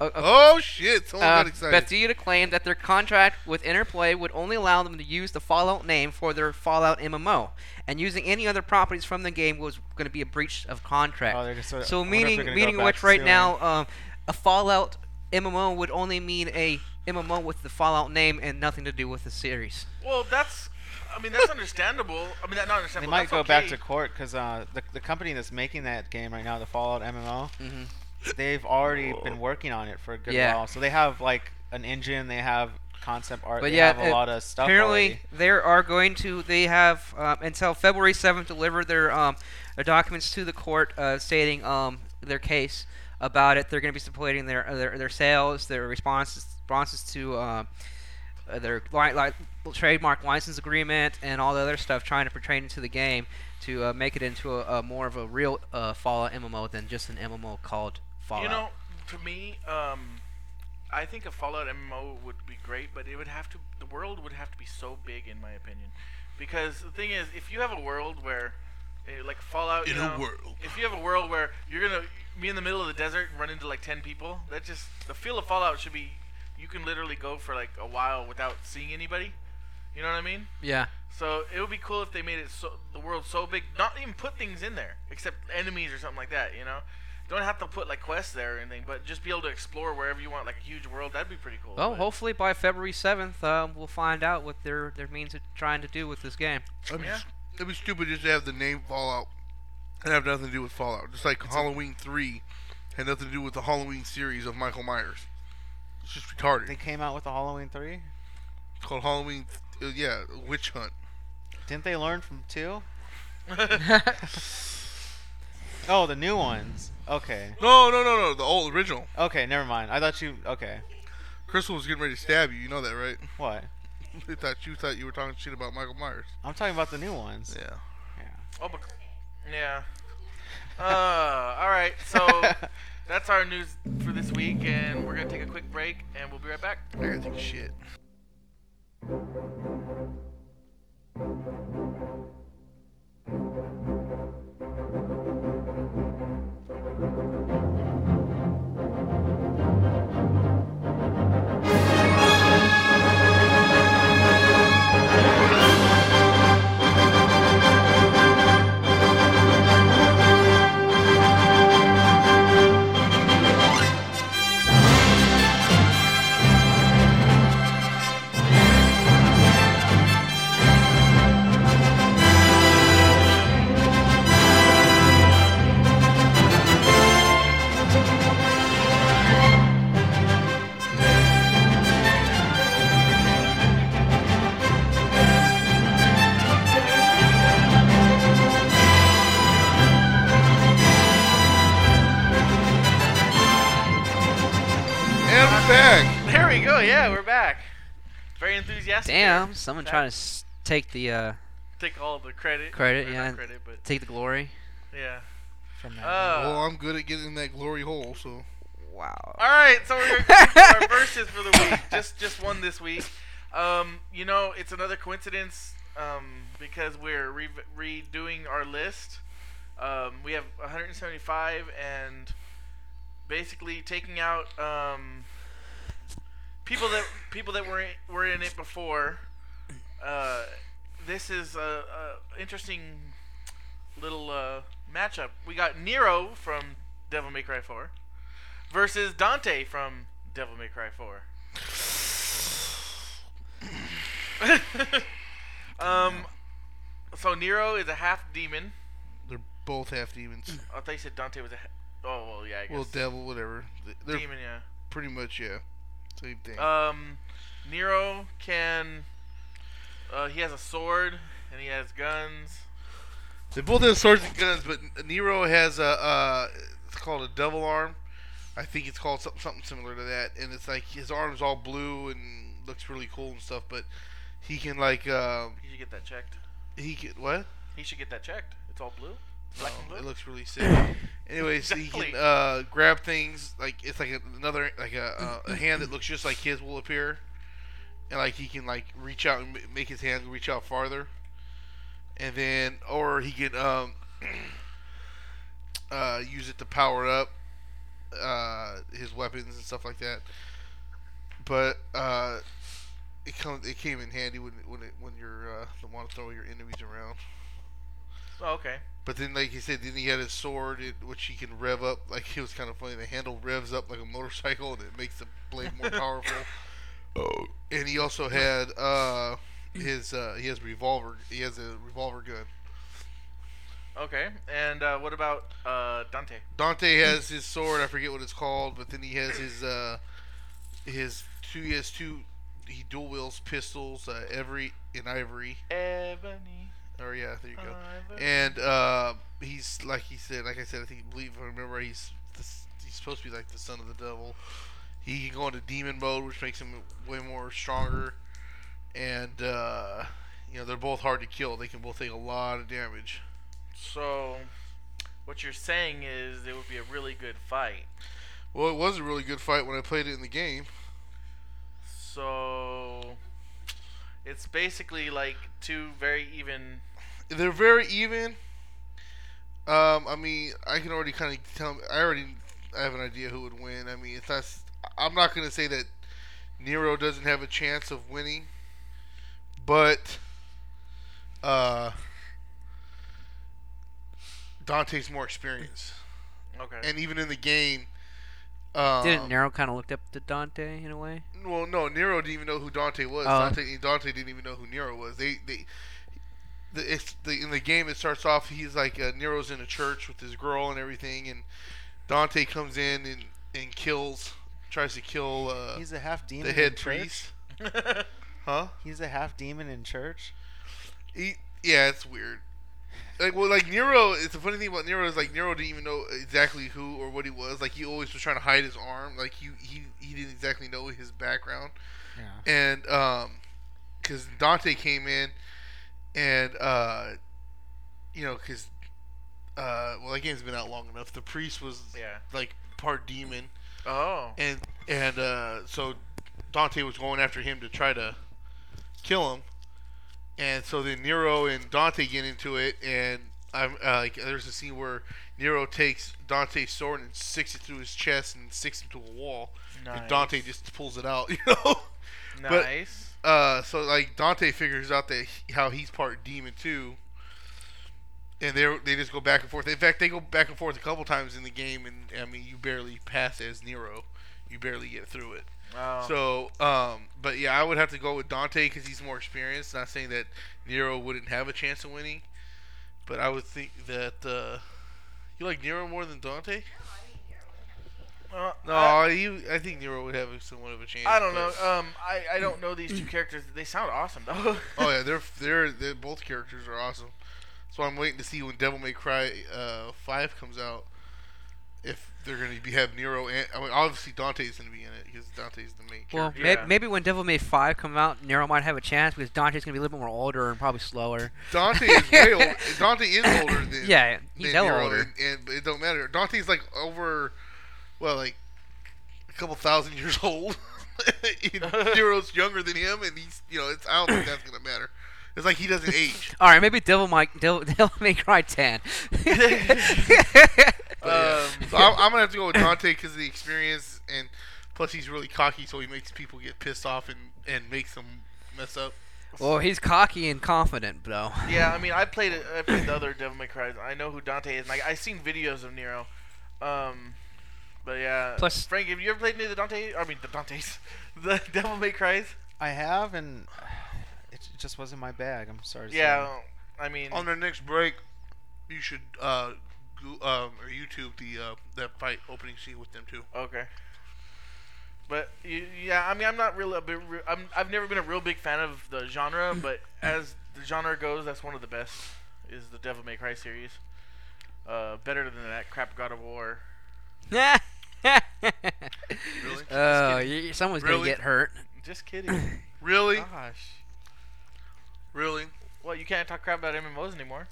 [SPEAKER 4] Uh, uh,
[SPEAKER 3] Oh shit! Someone
[SPEAKER 4] Uh,
[SPEAKER 3] got excited.
[SPEAKER 4] Bethesda claimed that their contract with Interplay would only allow them to use the Fallout name for their Fallout MMO, and using any other properties from the game was going to be a breach of contract.
[SPEAKER 5] Oh, they're just sort of- I
[SPEAKER 4] so
[SPEAKER 5] wonder if they're
[SPEAKER 4] meaning
[SPEAKER 5] gonna go
[SPEAKER 4] meaning
[SPEAKER 5] back
[SPEAKER 4] which
[SPEAKER 5] to E
[SPEAKER 4] right
[SPEAKER 5] suing.
[SPEAKER 4] now, um, a Fallout MMO would only mean a MMO with the Fallout name and nothing to do with the series.
[SPEAKER 1] Well, that's. I mean, that's understandable. I mean, that not
[SPEAKER 5] They
[SPEAKER 1] understandable.
[SPEAKER 5] might
[SPEAKER 1] that's
[SPEAKER 5] go back
[SPEAKER 1] okay.
[SPEAKER 5] to court because uh, the the company that's making that game right now, the Fallout MMO,
[SPEAKER 4] Mhm.
[SPEAKER 5] they've already been working on it for a good
[SPEAKER 4] Yeah.
[SPEAKER 5] while. So they have like an engine, they have concept art,
[SPEAKER 4] But
[SPEAKER 5] they
[SPEAKER 4] yeah,
[SPEAKER 5] have a
[SPEAKER 4] uh,
[SPEAKER 5] lot of stuff.
[SPEAKER 4] Apparently,
[SPEAKER 5] already.
[SPEAKER 4] they are going to. They have um, until February seventh to deliver their um, their documents to the court, uh, stating um, their case about it. They're going to be supporting their uh, their, their sales, their responses responses to uh, uh, their li- li- trademark license agreement, and all the other stuff, trying to portray into the game to uh, make it into a, a more of a real uh, Fallout MMO than just an MMO called Fallout.
[SPEAKER 1] You know, to me, um, I think a Fallout MMO would be great, but it would have to the world would have to be so big, in my opinion, because the thing is, if you have a world where, eh, like Fallout, you
[SPEAKER 3] In a
[SPEAKER 1] know,
[SPEAKER 3] world.
[SPEAKER 1] if you have a world where you're gonna be in the middle of the desert and run into like ten people, that just the feel of Fallout should be, you can literally go for like a while without seeing anybody. You know what I mean?
[SPEAKER 4] yeah.
[SPEAKER 1] So it would be cool if they made it so the world so big, not even put things in there except enemies or something like that. You know, don't have to put like quests there or anything, but just be able to explore wherever you want, like a huge world. That'd be pretty cool.
[SPEAKER 4] Well,
[SPEAKER 1] but-
[SPEAKER 4] hopefully by February 7th, um, we'll find out what their, their means of trying to do with this game.
[SPEAKER 3] That'd be,
[SPEAKER 1] Yeah.
[SPEAKER 3] s- that'd be stupid just to have the name Fallout and have nothing to do with Fallout. Just like Halloween 3 had nothing to do with the Halloween series of Michael Myers. It's just retarded.
[SPEAKER 5] they came out with the Halloween three.
[SPEAKER 3] It's called Halloween, th- uh, yeah, Witch Hunt.
[SPEAKER 5] Didn't they learn from two? Oh, the new ones. Okay,
[SPEAKER 3] No, no, no, no, the old original.
[SPEAKER 5] okay, never mind. I thought you. Okay,
[SPEAKER 3] Crystal was getting ready to stab you. You know that, right? <laughs>
[SPEAKER 5] what?
[SPEAKER 3] They thought you thought you were talking shit about Michael Myers.
[SPEAKER 5] I'm talking about the new ones.
[SPEAKER 3] Yeah.
[SPEAKER 1] Oh, but, yeah. Uh, all right.
[SPEAKER 4] <laughs>
[SPEAKER 1] So that's our news for this week, and we're gonna take a quick break, and we'll be right back.
[SPEAKER 3] I gotta take a shit. We're back.
[SPEAKER 1] There we go. Yeah, we're back. Very enthusiastic.
[SPEAKER 4] Damn,
[SPEAKER 1] there.
[SPEAKER 4] someone
[SPEAKER 1] That-
[SPEAKER 4] trying to s- take the uh,
[SPEAKER 1] take all the credit.
[SPEAKER 4] Credit,
[SPEAKER 1] or
[SPEAKER 4] yeah.
[SPEAKER 1] Not credit, but
[SPEAKER 4] take the glory.
[SPEAKER 1] yeah.
[SPEAKER 5] From that.
[SPEAKER 1] Uh,
[SPEAKER 3] well, I'm good at getting in that glory hole, so.
[SPEAKER 4] Wow.
[SPEAKER 1] All right, so we're going to our verses for the week. Just just one this week. Um, you know, it's another coincidence um, because we're re- redoing our list. Um, we have 175 and basically taking out um, people that people that were in, were in it before. Uh, this is a, a interesting little uh, matchup. We got Nero from Devil May Cry 4 versus Dante from Devil May Cry
[SPEAKER 3] <laughs>
[SPEAKER 1] 4. um, so Nero is a half demon.
[SPEAKER 3] They're both half demons.
[SPEAKER 1] I thought you said Dante was a. Ha- oh well, yeah, I guess.
[SPEAKER 3] Well, devil, whatever. Th- They're
[SPEAKER 1] demon, yeah.
[SPEAKER 3] pretty much, yeah. Same thing.
[SPEAKER 1] Um, Nero can. Uh, he has a sword and he has guns.
[SPEAKER 3] They both have swords and guns, but Nero has a uh, it's called a double arm. I think it's called something, something similar to that, and it's like his arm's all blue and looks really cool and stuff. But he can like uh,
[SPEAKER 1] He should get that checked.
[SPEAKER 3] he can what?
[SPEAKER 1] He should get that checked. It's all blue. Black and
[SPEAKER 3] Oh,
[SPEAKER 1] blue.
[SPEAKER 3] it looks really sick.
[SPEAKER 1] <coughs>
[SPEAKER 3] Anyways, he
[SPEAKER 1] Exactly.
[SPEAKER 3] can uh, grab things like it's like another like a, uh, a, a hand that looks just like his will appear, and like he can like reach out and ma- make his hand reach out farther, and then or he can um, <coughs> uh, use it to power up uh, his weapons and stuff like that. But uh, it comes it came in handy when when it, when you're uh, want to throw your enemies around.
[SPEAKER 1] Oh, okay.
[SPEAKER 3] But then, like you said, then he had his sword, it, which he can rev up. Like it was kind of funny. The handle revs up like a motorcycle, and it makes the blade more powerful. oh. And he also had uh, his uh, he has revolver. He has a revolver gun.
[SPEAKER 1] Okay. And uh, what about uh, Dante?
[SPEAKER 3] Dante has his sword. I forget what it's called, but then he has his uh, his two. He has two. He dual wields pistols, uh, every in ivory.
[SPEAKER 1] Ebony.
[SPEAKER 3] Or yeah, there you go.
[SPEAKER 1] Ivory.
[SPEAKER 3] and uh, he's like he said, like I said, I think believe if I remember, right, he's the, s- he's supposed to be like the son of the devil. He can go into demon mode, which makes him way more stronger. And uh, you know they're both hard to kill. They can both take a lot of damage.
[SPEAKER 1] So, what you're saying is it would be a really good fight.
[SPEAKER 3] Well, it was a really good fight when I played it in the game.
[SPEAKER 1] So, it's basically like two very even.
[SPEAKER 3] They're very even. Um, I mean, I can already kind of tell. I already I have an idea who would win. I mean, it's not. s- I'm not going to say that Nero doesn't have a chance of winning, but uh, Dante's more experienced,
[SPEAKER 1] Okay. <laughs>
[SPEAKER 3] and even in the game, um,
[SPEAKER 4] Didn't Nero kind of looked up to Dante in a way?
[SPEAKER 3] Well, no, Nero didn't even know who Dante was.
[SPEAKER 4] Oh.
[SPEAKER 3] Dante, Dante didn't even know who Nero was. They, they, the, it's the in the game it starts off. He's like uh, Nero's in a church with his girl and everything, and Dante comes in and and kills, tries to kill uh,
[SPEAKER 5] He's a half demon.
[SPEAKER 3] the head
[SPEAKER 5] in church?
[SPEAKER 3] priest, huh?
[SPEAKER 5] He's a half demon in church.
[SPEAKER 3] He, yeah, it's weird. Like well, like Nero. It's the funny thing about Nero is like Nero didn't even know exactly who or what he was. Like he always was trying to hide his arm. Like he he, he didn't exactly know his background.
[SPEAKER 5] Yeah.
[SPEAKER 3] and um, because Dante came in, and uh, you know, because uh, well, that game's been out long enough. The priest was
[SPEAKER 1] Yeah.
[SPEAKER 3] like part demon,
[SPEAKER 1] Oh.
[SPEAKER 3] and and uh, so Dante was going after him to try to kill him, and so then Nero and Dante get into it, and I'm uh, like, there's a scene where Nero takes Dante's sword and sticks it through his chest and sticks it to a wall,
[SPEAKER 1] Nice.
[SPEAKER 3] and Dante just pulls it out, <laughs> you know. but-
[SPEAKER 1] Nice.
[SPEAKER 3] Uh, so like Dante figures out that he- how he's part demon too, and they they just go back and forth. In fact, they go back and forth a couple times in the game, and I mean you barely pass as Nero, you barely get through it.
[SPEAKER 1] oh.
[SPEAKER 3] So, um, but yeah, I would have to go with Dante because he's more experienced. Not saying that Nero wouldn't have a chance of winning, but I would think that uh, you like Nero more than Dante.
[SPEAKER 1] Uh,
[SPEAKER 3] No,
[SPEAKER 1] I,
[SPEAKER 3] you. I think Nero would have somewhat of a chance.
[SPEAKER 1] I don't know.
[SPEAKER 3] but-
[SPEAKER 1] Um, I, I don't know these
[SPEAKER 3] <clears throat>
[SPEAKER 1] two characters. They sound awesome though. <laughs>
[SPEAKER 3] oh yeah, they're they're, they're both characters are awesome. So I'm waiting to see when Devil May Cry uh, Five comes out if they're going to be have Nero and I mean, obviously Dante's going to be in it because Dante's the main
[SPEAKER 4] Well,
[SPEAKER 3] character.
[SPEAKER 4] may-
[SPEAKER 1] Yeah.
[SPEAKER 4] maybe when Devil May 5 come out, Nero might have a chance because Dante's going to be a little bit more older and probably slower.
[SPEAKER 3] Dante
[SPEAKER 4] <laughs>
[SPEAKER 3] is way old. Dante is older than
[SPEAKER 4] yeah, he's
[SPEAKER 3] than
[SPEAKER 4] hell
[SPEAKER 3] Nero,
[SPEAKER 4] older.
[SPEAKER 3] and, and but it don't matter. Dante's like over, well, like a couple thousand years <laughs> old.
[SPEAKER 4] <laughs>
[SPEAKER 3] And Nero's younger than him, and he's you know it's I don't think that's gonna matter. It's like he
[SPEAKER 4] <laughs>
[SPEAKER 3] doesn't age.
[SPEAKER 4] All right, maybe Devil Mike Devil, <laughs> Devil May Cry 10.
[SPEAKER 3] But, yeah.
[SPEAKER 1] <laughs> Um,
[SPEAKER 3] so I'm, I'm gonna have to go with Dante because of the experience, and plus he's really cocky, so he makes people get pissed off and and makes them mess up.
[SPEAKER 4] well, he's cocky and confident, though. <laughs>
[SPEAKER 1] Yeah, I mean, I played it- I played the other Devil May Cry. I know who Dante is. And I I seen videos of Nero. Um, but yeah.
[SPEAKER 4] Plus-
[SPEAKER 1] Frank, have you ever played any of the Dante? I mean, the Dantes, <laughs> the Devil May Cries.
[SPEAKER 5] I have, and it just wasn't my bag. I'm sorry. To
[SPEAKER 1] Yeah, I mean,
[SPEAKER 3] On our next break, you should uh, go, um, or YouTube the uh, that fight opening scene with them too.
[SPEAKER 1] okay. But y- yeah, I mean, I'm not real. a big- re- I'm I've never been a real big fan of the genre,
[SPEAKER 3] Mm.
[SPEAKER 1] but as the genre goes, that's one of the best. Is the Devil May Cry series. Uh, better than that crap God of War.
[SPEAKER 3] Really?
[SPEAKER 4] oh, y- someone's going
[SPEAKER 3] Really?
[SPEAKER 4] to get hurt.
[SPEAKER 1] Just kidding.
[SPEAKER 3] <coughs> Really?
[SPEAKER 1] Gosh.
[SPEAKER 3] Really?
[SPEAKER 1] Well, you can't talk crap about MMOs anymore.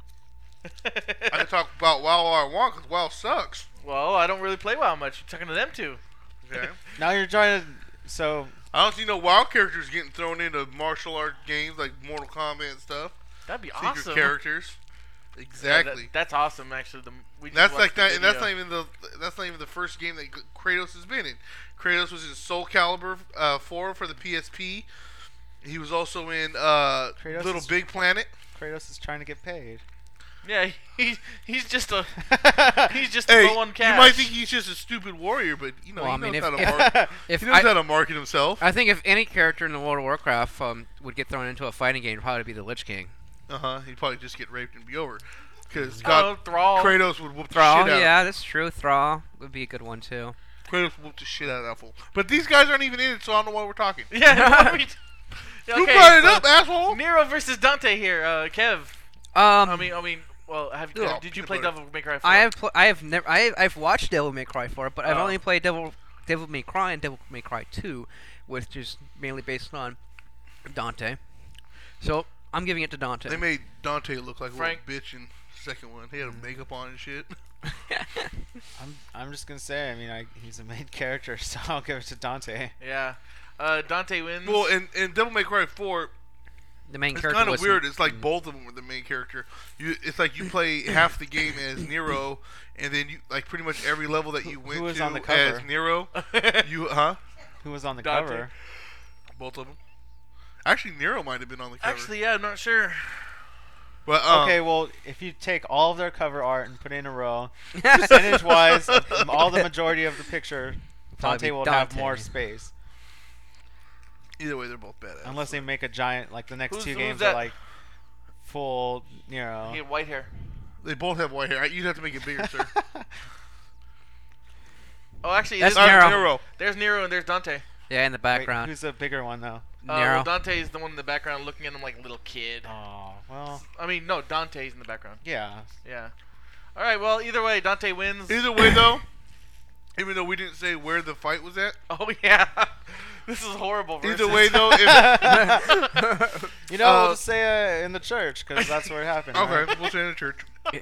[SPEAKER 3] <laughs> I can talk about WoW all I want because WoW sucks.
[SPEAKER 1] <laughs> well, I don't really play WoW much. You're talking to them too. <laughs>
[SPEAKER 3] Okay.
[SPEAKER 5] say. Now you're trying to. So
[SPEAKER 3] I don't see no WoW characters getting thrown into martial art games like Mortal Kombat and stuff.
[SPEAKER 1] That'd be
[SPEAKER 3] Secret
[SPEAKER 1] awesome.
[SPEAKER 3] characters.
[SPEAKER 1] Yeah, that-
[SPEAKER 3] Exactly.
[SPEAKER 1] that's awesome, actually. The, we just
[SPEAKER 3] that's
[SPEAKER 1] watched
[SPEAKER 3] like
[SPEAKER 1] the
[SPEAKER 3] that, and that's not
[SPEAKER 1] video.
[SPEAKER 3] even the that's not even the first game that Kratos has been in. Kratos was in Soul Calibur uh, four for the PSP. He was also in uh,
[SPEAKER 5] Kratos
[SPEAKER 3] Little
[SPEAKER 5] is-
[SPEAKER 3] Big Planet.
[SPEAKER 5] Kratos is trying to
[SPEAKER 3] <laughs>
[SPEAKER 5] get paid.
[SPEAKER 1] Yeah, <laughs> he, he's just a he's
[SPEAKER 5] <laughs>
[SPEAKER 1] just
[SPEAKER 3] Hey,
[SPEAKER 1] low on cash.
[SPEAKER 3] you might think he's just a stupid warrior, but you know
[SPEAKER 4] Well,
[SPEAKER 3] he
[SPEAKER 4] I mean,
[SPEAKER 3] knows,
[SPEAKER 4] if-
[SPEAKER 3] how, to
[SPEAKER 4] if-
[SPEAKER 3] market,
[SPEAKER 4] <laughs> If
[SPEAKER 3] he knows
[SPEAKER 4] I,
[SPEAKER 3] how to market himself.
[SPEAKER 4] I think if any character in the World of Warcraft um, would get thrown into a fighting game, it'd probably be the Lich King.
[SPEAKER 3] Uh huh. He'd probably just get raped and be over. Because
[SPEAKER 1] oh,
[SPEAKER 3] God,
[SPEAKER 1] Thrall.
[SPEAKER 3] Kratos would whoop the
[SPEAKER 4] Thrall,
[SPEAKER 3] shit uh, out.
[SPEAKER 4] yeah, that's true. Thrall would be a good one too.
[SPEAKER 3] Kratos would whoop the shit out of that fool. But these guys aren't even in it, so I don't know why we're talking.
[SPEAKER 1] <laughs>
[SPEAKER 3] <laughs>
[SPEAKER 1] Yeah, what are we t- Yeah,
[SPEAKER 3] Who
[SPEAKER 1] okay,
[SPEAKER 3] brought it
[SPEAKER 1] so
[SPEAKER 3] up, asshole?
[SPEAKER 1] Nero versus Dante here, uh, Kev.
[SPEAKER 4] Um,
[SPEAKER 1] I mean, uh, I mean, well, have you?
[SPEAKER 3] Oh,
[SPEAKER 1] did you
[SPEAKER 3] peanut
[SPEAKER 1] play
[SPEAKER 3] butter.
[SPEAKER 1] Devil May Cry? 4?
[SPEAKER 4] I have pl- I have never I I've watched Devil May Cry 4, but I've
[SPEAKER 1] Oh.
[SPEAKER 4] only played Devil Devil May Cry and Devil May Cry 2, which is mainly based on Dante. So I'm giving it to Dante.
[SPEAKER 3] They made Dante look like
[SPEAKER 1] Frank.
[SPEAKER 3] a little bitch in the second one. He had a
[SPEAKER 5] Mm.
[SPEAKER 3] makeup on and shit. <laughs>
[SPEAKER 5] I'm I'm just gonna say. I mean, I, he's a main character, <laughs> so I'll give it to Dante.
[SPEAKER 1] Yeah. Uh, Dante wins.
[SPEAKER 3] Well, and, and Devil May Cry 4,
[SPEAKER 4] <laughs> the main
[SPEAKER 3] it's
[SPEAKER 4] character
[SPEAKER 3] kind of
[SPEAKER 4] was <laughs>
[SPEAKER 3] weird. It's like both of them were the main character. You, it's like you play
[SPEAKER 5] <coughs>
[SPEAKER 3] half the game as Nero, and then you like pretty much every level that you went
[SPEAKER 5] who was
[SPEAKER 3] to
[SPEAKER 5] on the
[SPEAKER 3] as
[SPEAKER 5] cover? <laughs>
[SPEAKER 3] Nero. You huh?
[SPEAKER 5] Who was on the
[SPEAKER 1] Dante.
[SPEAKER 5] cover?
[SPEAKER 3] Both of them. Actually, Nero might have been on the
[SPEAKER 1] <laughs>
[SPEAKER 3] cover.
[SPEAKER 1] Actually, yeah, I'm not sure.
[SPEAKER 3] but um,
[SPEAKER 5] okay, well, if you take all of their cover art and put it in a row,
[SPEAKER 4] <laughs>
[SPEAKER 1] <laughs>
[SPEAKER 5] percentage-wise, all the majority of the picture,
[SPEAKER 4] Probably
[SPEAKER 5] Dante will have
[SPEAKER 4] Dante.
[SPEAKER 5] more space.
[SPEAKER 3] either way, they're both badass.
[SPEAKER 5] Unless they make a giant like the next
[SPEAKER 1] Who's-
[SPEAKER 5] two
[SPEAKER 1] who's
[SPEAKER 5] games
[SPEAKER 1] that?
[SPEAKER 5] are like full, you
[SPEAKER 4] Oh.
[SPEAKER 5] know.
[SPEAKER 1] He had white hair.
[SPEAKER 3] They both have white hair. You'd have to make it bigger, sir. <laughs>
[SPEAKER 1] Oh, actually,
[SPEAKER 4] That's
[SPEAKER 1] there's
[SPEAKER 3] Sorry,
[SPEAKER 4] Nero.
[SPEAKER 3] Nero.
[SPEAKER 1] there's Nero and there's Dante.
[SPEAKER 4] yeah in the
[SPEAKER 5] Wait,
[SPEAKER 4] background.
[SPEAKER 5] who's the bigger one though?
[SPEAKER 1] Uh,
[SPEAKER 4] Nero.
[SPEAKER 1] well, Dante's the one in the background looking at him like a little kid.
[SPEAKER 5] Oh well,
[SPEAKER 1] I mean, no, Dante's in the background.
[SPEAKER 5] yeah. <laughs>
[SPEAKER 1] Yeah. All right. Well, either way, Dante wins.
[SPEAKER 3] Either way, though, even though we didn't say where the fight was at,
[SPEAKER 1] <laughs> oh yeah. <laughs> this is horrible.
[SPEAKER 3] either
[SPEAKER 1] versus.
[SPEAKER 3] way, though,
[SPEAKER 5] <laughs>
[SPEAKER 3] if,
[SPEAKER 5] You know,
[SPEAKER 3] Uh,
[SPEAKER 5] we'll just say uh, in the church because that's where it happened. right?
[SPEAKER 3] okay, we'll say in the church.
[SPEAKER 1] <laughs>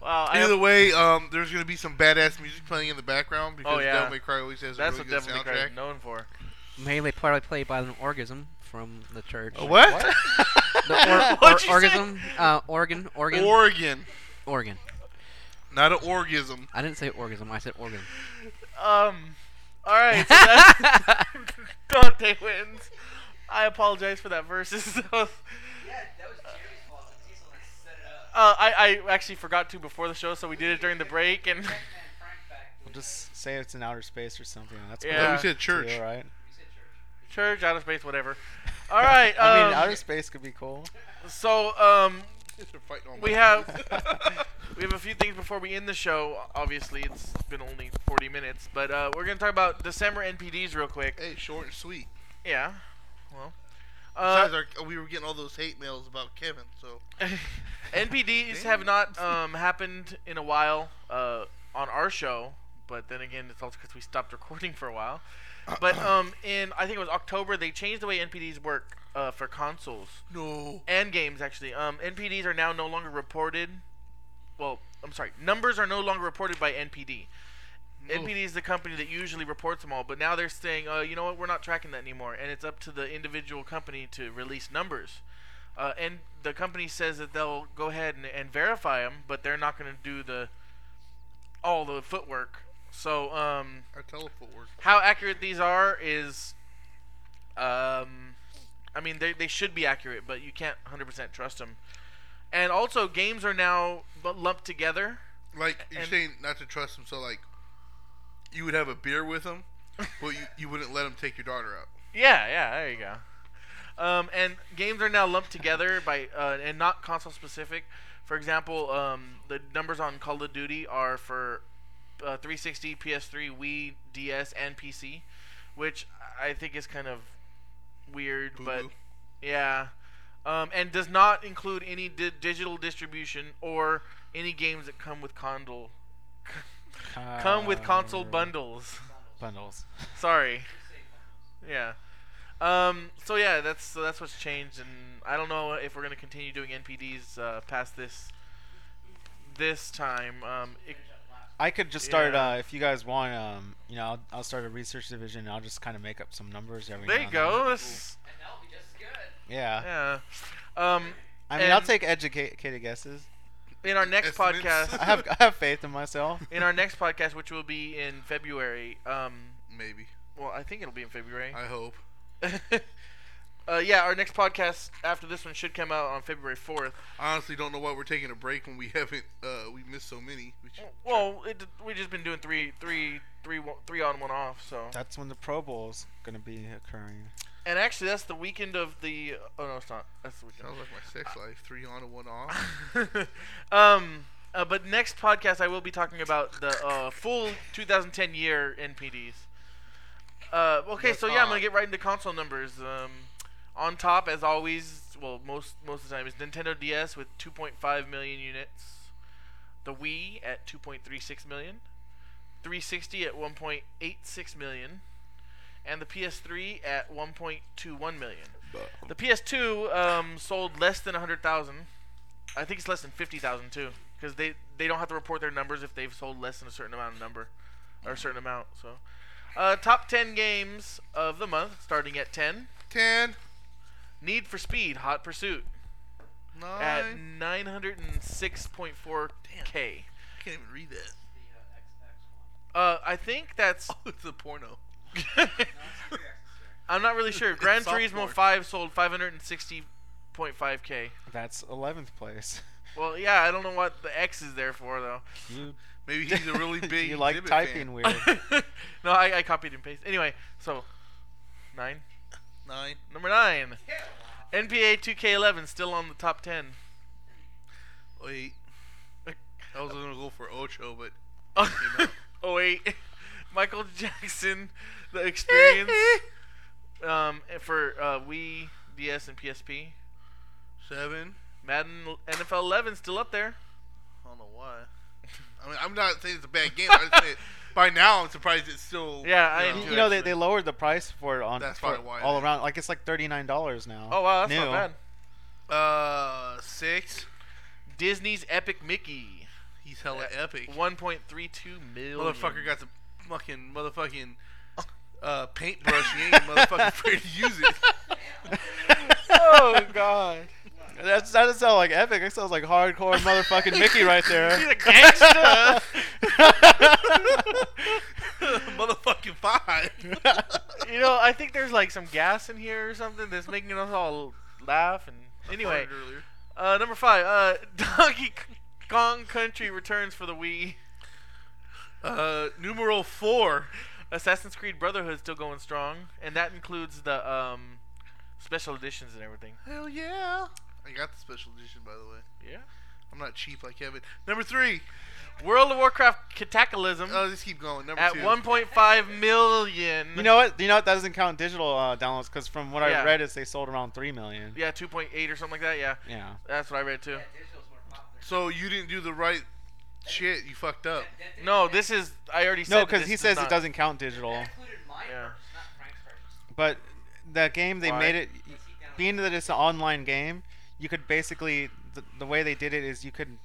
[SPEAKER 1] Wow. <laughs> I
[SPEAKER 3] Either
[SPEAKER 1] have,
[SPEAKER 3] way, um, there's gonna be some badass music playing in the background because
[SPEAKER 1] Oh, yeah.
[SPEAKER 3] Devil May Cry always has
[SPEAKER 1] that's
[SPEAKER 3] a really
[SPEAKER 1] what
[SPEAKER 3] good
[SPEAKER 1] Devil May Cry is
[SPEAKER 3] soundtrack.
[SPEAKER 1] known for.
[SPEAKER 4] mainly probably played by an orgasm from the church.
[SPEAKER 3] A <laughs> what?
[SPEAKER 1] <laughs>
[SPEAKER 4] The or, or,
[SPEAKER 1] What'd you say?
[SPEAKER 4] orgasm, uh, organ, organ,
[SPEAKER 3] <laughs> Oregon,
[SPEAKER 4] organ.
[SPEAKER 3] not an orgasm.
[SPEAKER 4] I didn't say orgasm. I said organ.
[SPEAKER 1] Um. All right. <laughs> So that's Dante wins. I apologize for that versus. <laughs> uh, I, I actually forgot to before the show, so we did it during the break, and <laughs>
[SPEAKER 5] We'll just say it's in outer space or something. That's
[SPEAKER 1] Yeah.
[SPEAKER 5] cool,
[SPEAKER 3] No, we said church.
[SPEAKER 5] Too, right?
[SPEAKER 1] church, outer space, whatever. All <laughs> right. Um,
[SPEAKER 5] <laughs> I mean, outer space could be cool.
[SPEAKER 1] so um,
[SPEAKER 3] They're fighting on
[SPEAKER 1] we
[SPEAKER 3] my-
[SPEAKER 1] have we have a few things before we end the show. Obviously, it's been only 40 minutes, but uh, we're gonna talk about December NPDs real quick.
[SPEAKER 3] <laughs> Hey, short and sweet.
[SPEAKER 1] Yeah. Well.
[SPEAKER 3] Besides,
[SPEAKER 1] Uh,
[SPEAKER 3] our, we were getting all those hate mails about Kevin, so
[SPEAKER 1] <laughs> NPDs have not um, happened in a while uh, on our show, but then again, it's also because we stopped recording for a while. But um, in I think it was October, they changed the way NPDs work uh, for consoles
[SPEAKER 3] No.
[SPEAKER 1] and games actually. Um, NPDs are now no longer reported. Well, I'm sorry, numbers are no longer reported by NPD. NPD is the company that usually reports them all, but now they're saying, uh, you know what, we're not tracking that anymore, and it's up to the individual company to release numbers. Uh, and the company says that they'll go ahead and, and verify them, but they're not going to do the all the footwork. So um,
[SPEAKER 3] Our telephone works.
[SPEAKER 1] how accurate these are is um i mean they, they should be accurate but you can't 100% trust them and also games are now bu- lumped together
[SPEAKER 3] Like you're
[SPEAKER 1] And-
[SPEAKER 3] saying not to trust them, so like you would have a beer with them, but you, you wouldn't let them take your daughter out.
[SPEAKER 1] yeah yeah there you go um, and games are now lumped together by uh, and not console specific for example um, the numbers on call of duty are for uh, 360 ps3 wii ds and pc which i think is kind of weird but
[SPEAKER 3] Boo-boo.
[SPEAKER 1] Yeah. Um, and does not include any di- digital distribution or any games that come with condole. <laughs> Come with console bundles.
[SPEAKER 5] Uh, bundles.
[SPEAKER 1] Sorry. Yeah. Um, so yeah, that's so that's what's changed, and I don't know if we're gonna continue doing NPDs uh, past this this time. Um, it,
[SPEAKER 5] I could just start
[SPEAKER 1] Yeah.
[SPEAKER 5] uh, if you guys want. Um, you know, I'll, I'll start a research division. and I'll just kind of make up some numbers every.
[SPEAKER 1] there
[SPEAKER 5] now
[SPEAKER 1] you
[SPEAKER 5] and then.
[SPEAKER 1] go. That's,
[SPEAKER 4] And that'll be just as good.
[SPEAKER 5] Yeah.
[SPEAKER 1] yeah. Um,
[SPEAKER 5] I mean, I'll
[SPEAKER 1] and-
[SPEAKER 5] take educated guesses.
[SPEAKER 1] in our next
[SPEAKER 3] Estimates.
[SPEAKER 1] podcast,
[SPEAKER 5] I have I have faith in myself.
[SPEAKER 1] in our next podcast, which will be in February. Um,
[SPEAKER 3] Maybe.
[SPEAKER 1] well, I think it'll be in February.
[SPEAKER 3] I hope.
[SPEAKER 1] <laughs> uh, yeah, our next podcast after this one should come out on February 4th.
[SPEAKER 3] I honestly don't know why we're taking a break when we <laughs> haven't uh we missed so many. We should-
[SPEAKER 1] Well, it, we just been doing three, three, three, one- three on, one off. So,
[SPEAKER 5] That's when the Pro Bowl's gonna be occurring.
[SPEAKER 1] and actually, that's the weekend of the. Oh no, it's not. That's the
[SPEAKER 3] Sounds like my sex
[SPEAKER 5] Uh,
[SPEAKER 3] life. Three on and one off.
[SPEAKER 1] weekend. <laughs> um, uh, but next podcast, I will be talking about the uh, full 2010 year NPDs. Uh, okay, so yeah, I'm gonna get right into console numbers. Um, on top, as always, well, most most of the time is Nintendo DS with 2.5 million units. the Wii at 2.36 million, 360 at 1.86 million, and the PS3 at 1.21 million. The PS2 um, sold less than 100,000. I think it's less than 50,000 too, because they they don't have to report their numbers if they've sold less than a certain amount of number, or a certain amount. So, uh, top 10 games of the month, starting at 10.
[SPEAKER 3] Ten.
[SPEAKER 1] Need for Speed: Hot Pursuit at
[SPEAKER 3] Nine.
[SPEAKER 1] 906.4k.
[SPEAKER 3] I can't even read that. <laughs>
[SPEAKER 1] Uh, I think that's.
[SPEAKER 3] it's a
[SPEAKER 5] <laughs>
[SPEAKER 3] porno.
[SPEAKER 1] <laughs>
[SPEAKER 3] <laughs>
[SPEAKER 1] I'm not really sure.
[SPEAKER 3] Oh. It's
[SPEAKER 1] Gran
[SPEAKER 3] sophomore.
[SPEAKER 1] Turismo 5 sold 560.5k.
[SPEAKER 5] That's eleventh place.
[SPEAKER 1] Well, yeah, I don't know what the X is there for though.
[SPEAKER 5] <laughs> You
[SPEAKER 3] Maybe he's a really big.
[SPEAKER 5] you like
[SPEAKER 3] exhibit fan.
[SPEAKER 5] typing
[SPEAKER 1] <laughs>
[SPEAKER 5] weird.
[SPEAKER 1] no, I, I copied and pasted. Anyway, so nine,
[SPEAKER 3] Nine.
[SPEAKER 1] number nine, NBA 2K11 still on the top ten.
[SPEAKER 3] Wait. I was gonna go for Ocho, but
[SPEAKER 1] oh wait, Michael Jackson, The Experience, um, for uh, Wii, DS, and PSP.
[SPEAKER 3] seven.
[SPEAKER 1] Madden NFL 11 still up there.
[SPEAKER 3] I don't know why. I mean, I'm not saying it's a bad game. I just
[SPEAKER 5] <laughs>
[SPEAKER 3] said by now I'm surprised it's still.
[SPEAKER 1] Yeah, I
[SPEAKER 3] you
[SPEAKER 1] am
[SPEAKER 3] know,
[SPEAKER 1] too.
[SPEAKER 5] you know they,
[SPEAKER 1] actually.
[SPEAKER 5] they lowered the price for it on
[SPEAKER 3] That's
[SPEAKER 5] for
[SPEAKER 3] probably why
[SPEAKER 5] all
[SPEAKER 3] they-
[SPEAKER 5] around. Like it's like thirty nine dollars now.
[SPEAKER 1] Oh wow, that's
[SPEAKER 5] New.
[SPEAKER 1] not
[SPEAKER 5] <laughs>
[SPEAKER 1] bad.
[SPEAKER 3] Uh, six.
[SPEAKER 1] Disney's Epic Mickey,
[SPEAKER 3] He's hella epic.
[SPEAKER 1] 1.32 million.
[SPEAKER 3] Motherfucker got the fucking motherfucking uh, paintbrush. He ain't
[SPEAKER 1] <laughs>
[SPEAKER 3] motherfucking afraid to use it.
[SPEAKER 5] oh god. That's, that doesn't sound like epic. That sounds like hardcore motherfucking Mickey right
[SPEAKER 3] <laughs>
[SPEAKER 5] there.
[SPEAKER 1] He's a <laughs> gangster.
[SPEAKER 3] motherfucking five.
[SPEAKER 1] you know, I think there's like some gas in here or something that's making us all laugh. And anyway,
[SPEAKER 3] Farted <laughs> earlier.
[SPEAKER 1] uh, number five, uh, <laughs> Donkey Kong Country returns for the Wii.
[SPEAKER 3] Uh, numero four.
[SPEAKER 1] Assassin's Creed Brotherhood still going strong, and that includes the um, special editions and everything.
[SPEAKER 3] Hell yeah. I got the special edition, by the way.
[SPEAKER 1] Yeah.
[SPEAKER 3] I'm not cheap like Kevin. Number three.
[SPEAKER 1] World of Warcraft
[SPEAKER 5] Uh,
[SPEAKER 1] Cataclysm
[SPEAKER 3] Oh, just keep going. Number
[SPEAKER 1] at
[SPEAKER 3] two.
[SPEAKER 1] 1.5 million.
[SPEAKER 5] You know what? You know what? That doesn't count digital uh, downloads because from what
[SPEAKER 1] Yeah.
[SPEAKER 5] I read, is they sold around three million.
[SPEAKER 1] Yeah, 2.8 or something like that. Yeah,
[SPEAKER 5] Yeah.
[SPEAKER 1] that's what I read too.
[SPEAKER 3] So you didn't do the right Shit, you fucked up.
[SPEAKER 1] No, this is. I already said.
[SPEAKER 5] No, because
[SPEAKER 1] this
[SPEAKER 5] he
[SPEAKER 1] does
[SPEAKER 5] says
[SPEAKER 1] not-
[SPEAKER 5] it doesn't count digital.
[SPEAKER 4] included my
[SPEAKER 1] Yeah.
[SPEAKER 4] version, not Frank's version.
[SPEAKER 5] But that game, they
[SPEAKER 1] Why?
[SPEAKER 5] made it.
[SPEAKER 4] Because he downloaded
[SPEAKER 5] Being that it's an online game, you could basically the, the way they did it is you could,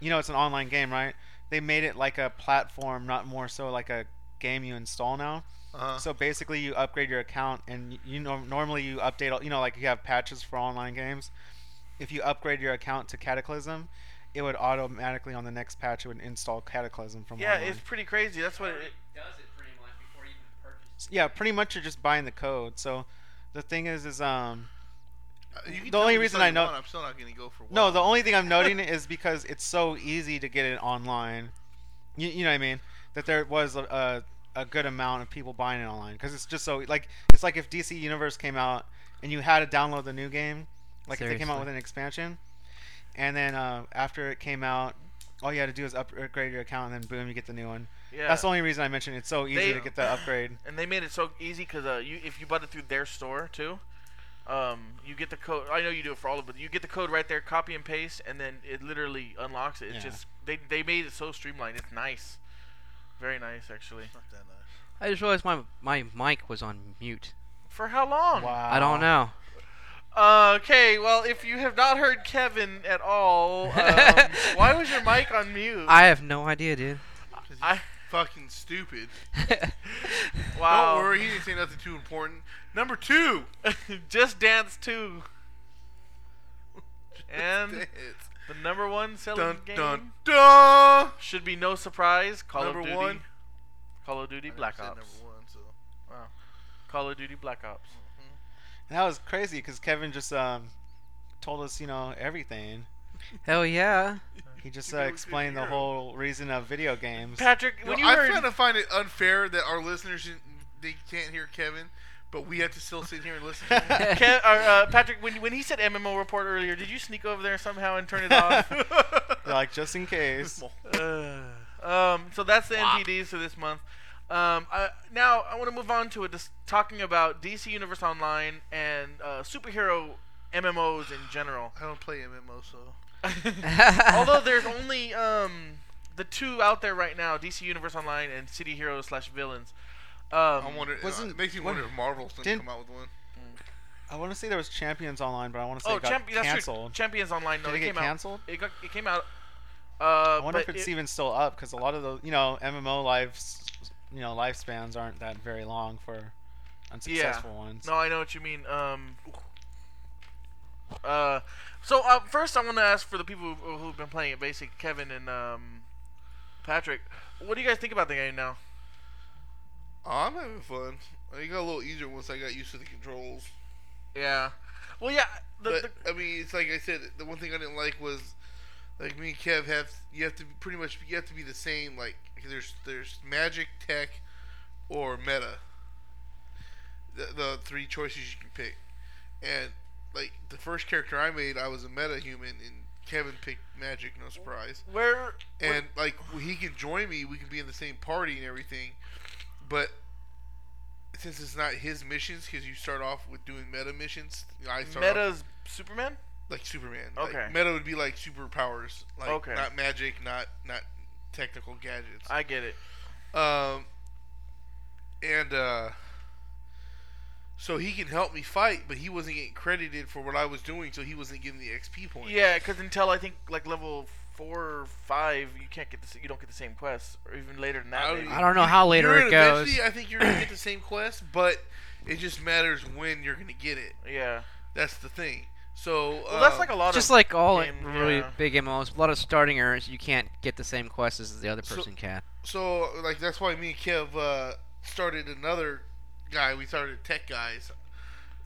[SPEAKER 5] you know, it's an online game, right? They made it like a platform, not more so like a game you install now.
[SPEAKER 3] Uh-huh.
[SPEAKER 5] So basically, you upgrade your account, and y- you know normally you update. all You know, like you have patches for online games. If you upgrade your account to Cataclysm, it would automatically on the next patch it would install Cataclysm from
[SPEAKER 1] Yeah,
[SPEAKER 5] online.
[SPEAKER 1] it's pretty crazy. That's what. It,
[SPEAKER 4] it, does it pretty much before you even purchase.
[SPEAKER 5] yeah, pretty much you're just buying the code. So the thing is, is um
[SPEAKER 3] uh, You can
[SPEAKER 5] the
[SPEAKER 3] tell
[SPEAKER 5] only
[SPEAKER 3] me
[SPEAKER 5] reason
[SPEAKER 3] all
[SPEAKER 5] I
[SPEAKER 3] you
[SPEAKER 5] know-
[SPEAKER 3] want, I'm still not gonna go for.
[SPEAKER 5] no
[SPEAKER 3] one.
[SPEAKER 5] the only thing I'm noting is because it's so easy to get it online. You, you know what I mean? That there was a, a a good amount of people buying it online because it's just so like it's like if DC Universe came out and you had to download the new game, like if they came out
[SPEAKER 4] Seriously.
[SPEAKER 5] with an expansion, and then uh, after it came out. All you had to do is upgrade your account, and then boom, you get the new one.
[SPEAKER 1] yeah.
[SPEAKER 5] That's the only reason I mentioned it's so easy
[SPEAKER 1] They-
[SPEAKER 5] to get the upgrade.
[SPEAKER 1] and they made it so easy because uh, you if you bought it through their store too, um, you get the code. I know you do it for all of it. You get the code right there, copy and paste, and then it literally unlocks it. It's
[SPEAKER 5] Yeah.
[SPEAKER 1] just they they made it so streamlined. It's nice, very nice actually.
[SPEAKER 3] Not that nice.
[SPEAKER 4] I just realized my my mic was on mute.
[SPEAKER 1] For how long? Uh,
[SPEAKER 5] Wow.
[SPEAKER 4] I don't know.
[SPEAKER 1] Okay, well, if you have not heard Kevin at
[SPEAKER 3] <laughs>
[SPEAKER 1] all, um, why was your mic on mute?
[SPEAKER 4] I have no idea, dude. <laughs>
[SPEAKER 3] 'Cause he's
[SPEAKER 1] I-
[SPEAKER 3] fucking stupid.
[SPEAKER 1] wow.
[SPEAKER 3] Don't worry, he didn't say nothing too important. Number two.
[SPEAKER 1] <laughs> Just Dance
[SPEAKER 3] <laughs>
[SPEAKER 1] 2, and
[SPEAKER 3] It's-
[SPEAKER 1] the number one selling
[SPEAKER 3] dun
[SPEAKER 1] game
[SPEAKER 3] dun dun.
[SPEAKER 1] should be no surprise. Call
[SPEAKER 3] Number
[SPEAKER 1] of Duty.
[SPEAKER 3] one.
[SPEAKER 1] Call of Duty
[SPEAKER 3] I never
[SPEAKER 1] Black
[SPEAKER 3] said
[SPEAKER 1] Ops.
[SPEAKER 3] Number one, so.
[SPEAKER 1] Call of Duty Black Ops.
[SPEAKER 5] And that was crazy because Kevin just um, told us, you know, everything.
[SPEAKER 4] Hell yeah.
[SPEAKER 5] He just
[SPEAKER 3] You
[SPEAKER 5] uh,
[SPEAKER 3] really
[SPEAKER 5] explained the
[SPEAKER 3] didn't hear.
[SPEAKER 5] whole reason of video games.
[SPEAKER 1] Patrick,
[SPEAKER 3] You
[SPEAKER 1] when
[SPEAKER 3] know,
[SPEAKER 1] you
[SPEAKER 3] I
[SPEAKER 1] heard, <laughs>
[SPEAKER 3] kind of find it unfair that our listeners didn't- they can't hear Kevin, but we have to still sit here and listen. to him.
[SPEAKER 5] <laughs>
[SPEAKER 4] <laughs>
[SPEAKER 1] Kev, or, uh, Patrick, when when he said MMO report earlier, did you sneak over there somehow and turn it
[SPEAKER 3] <laughs>
[SPEAKER 1] off?
[SPEAKER 5] They're <laughs> like, just
[SPEAKER 1] <laughs>
[SPEAKER 5] in case.
[SPEAKER 1] Uh, um, so that's the NPDs for this month. Um, I, now I want to move on to a dis- talking about DC Universe Online and uh, superhero MMOs in general.
[SPEAKER 3] <laughs> I don't play MMO, so.
[SPEAKER 1] Although there's only um, the two out there right now: DC Universe Online and City Heroes slash Villains. Um,
[SPEAKER 3] I wonder.
[SPEAKER 5] Wasn't-
[SPEAKER 3] it makes me
[SPEAKER 5] what-
[SPEAKER 3] wonder if Marvel's gonna
[SPEAKER 5] didn't-
[SPEAKER 3] come out with one.
[SPEAKER 5] I want to say there was Champions Online, but I want to say
[SPEAKER 1] oh,
[SPEAKER 5] it got
[SPEAKER 1] champ- that's true.
[SPEAKER 5] canceled.
[SPEAKER 1] Champions Online. No,
[SPEAKER 5] Did it
[SPEAKER 1] it
[SPEAKER 5] get
[SPEAKER 1] came out.
[SPEAKER 5] canceled?
[SPEAKER 1] It got. It came out. Uh,
[SPEAKER 5] I wonder if
[SPEAKER 1] but
[SPEAKER 5] it's
[SPEAKER 1] it-
[SPEAKER 5] even still up because a lot of the, you know, MMO lives, you know, lifespans aren't that very long for unsuccessful ones.
[SPEAKER 1] No, I know what you mean. Um, uh, so uh, first, I want to ask for the people who, who've been playing it, basic Kevin and um, Patrick. What do you guys think about the game now?
[SPEAKER 3] I'm having fun. It got a little easier once I got used to the controls.
[SPEAKER 1] Yeah. Well, yeah. The,
[SPEAKER 3] but
[SPEAKER 1] the,
[SPEAKER 3] I mean, it's like I said. The one thing I didn't like was, like me and Kev have you have to be- pretty much you have to be the same. Like there's there's magic, tech, or meta. The, the three choices you can pick, and like the first character I made, I was a meta human, and Kevin picked magic. No surprise
[SPEAKER 1] where?
[SPEAKER 3] and like he can join me we can be in the same party and everything but since it's not his missions because you start off with doing meta missions i start off
[SPEAKER 1] Meta's Superman.
[SPEAKER 3] like superman
[SPEAKER 1] Okay.
[SPEAKER 3] like, meta would be like superpowers like
[SPEAKER 1] Okay.
[SPEAKER 3] not magic not not technical gadgets
[SPEAKER 1] I get it.
[SPEAKER 3] um, and uh, so he can help me fight but he wasn't getting credited for what i was doing so he wasn't getting the xp points
[SPEAKER 1] Yeah, because until I think like level four or five, you can't get the, s- you don't get the same quests, or even later than that.
[SPEAKER 3] I
[SPEAKER 1] maybe.
[SPEAKER 3] don't-
[SPEAKER 4] I don't know how later
[SPEAKER 3] You're gonna-
[SPEAKER 4] it goes.
[SPEAKER 3] Eventually, I think you're gonna get the same quest, but it just matters when you're gonna get it.
[SPEAKER 1] Yeah.
[SPEAKER 3] That's the thing. So
[SPEAKER 5] Uh,
[SPEAKER 1] Well, that's
[SPEAKER 3] um,
[SPEAKER 1] like a lot of.
[SPEAKER 4] Just like all
[SPEAKER 1] game,
[SPEAKER 4] really
[SPEAKER 1] yeah.
[SPEAKER 4] big MMOs, a lot of starting errors. You can't get the same quests as the other
[SPEAKER 3] So-
[SPEAKER 4] person can.
[SPEAKER 3] so like that's why me and Kev uh, started another guy. We started tech guys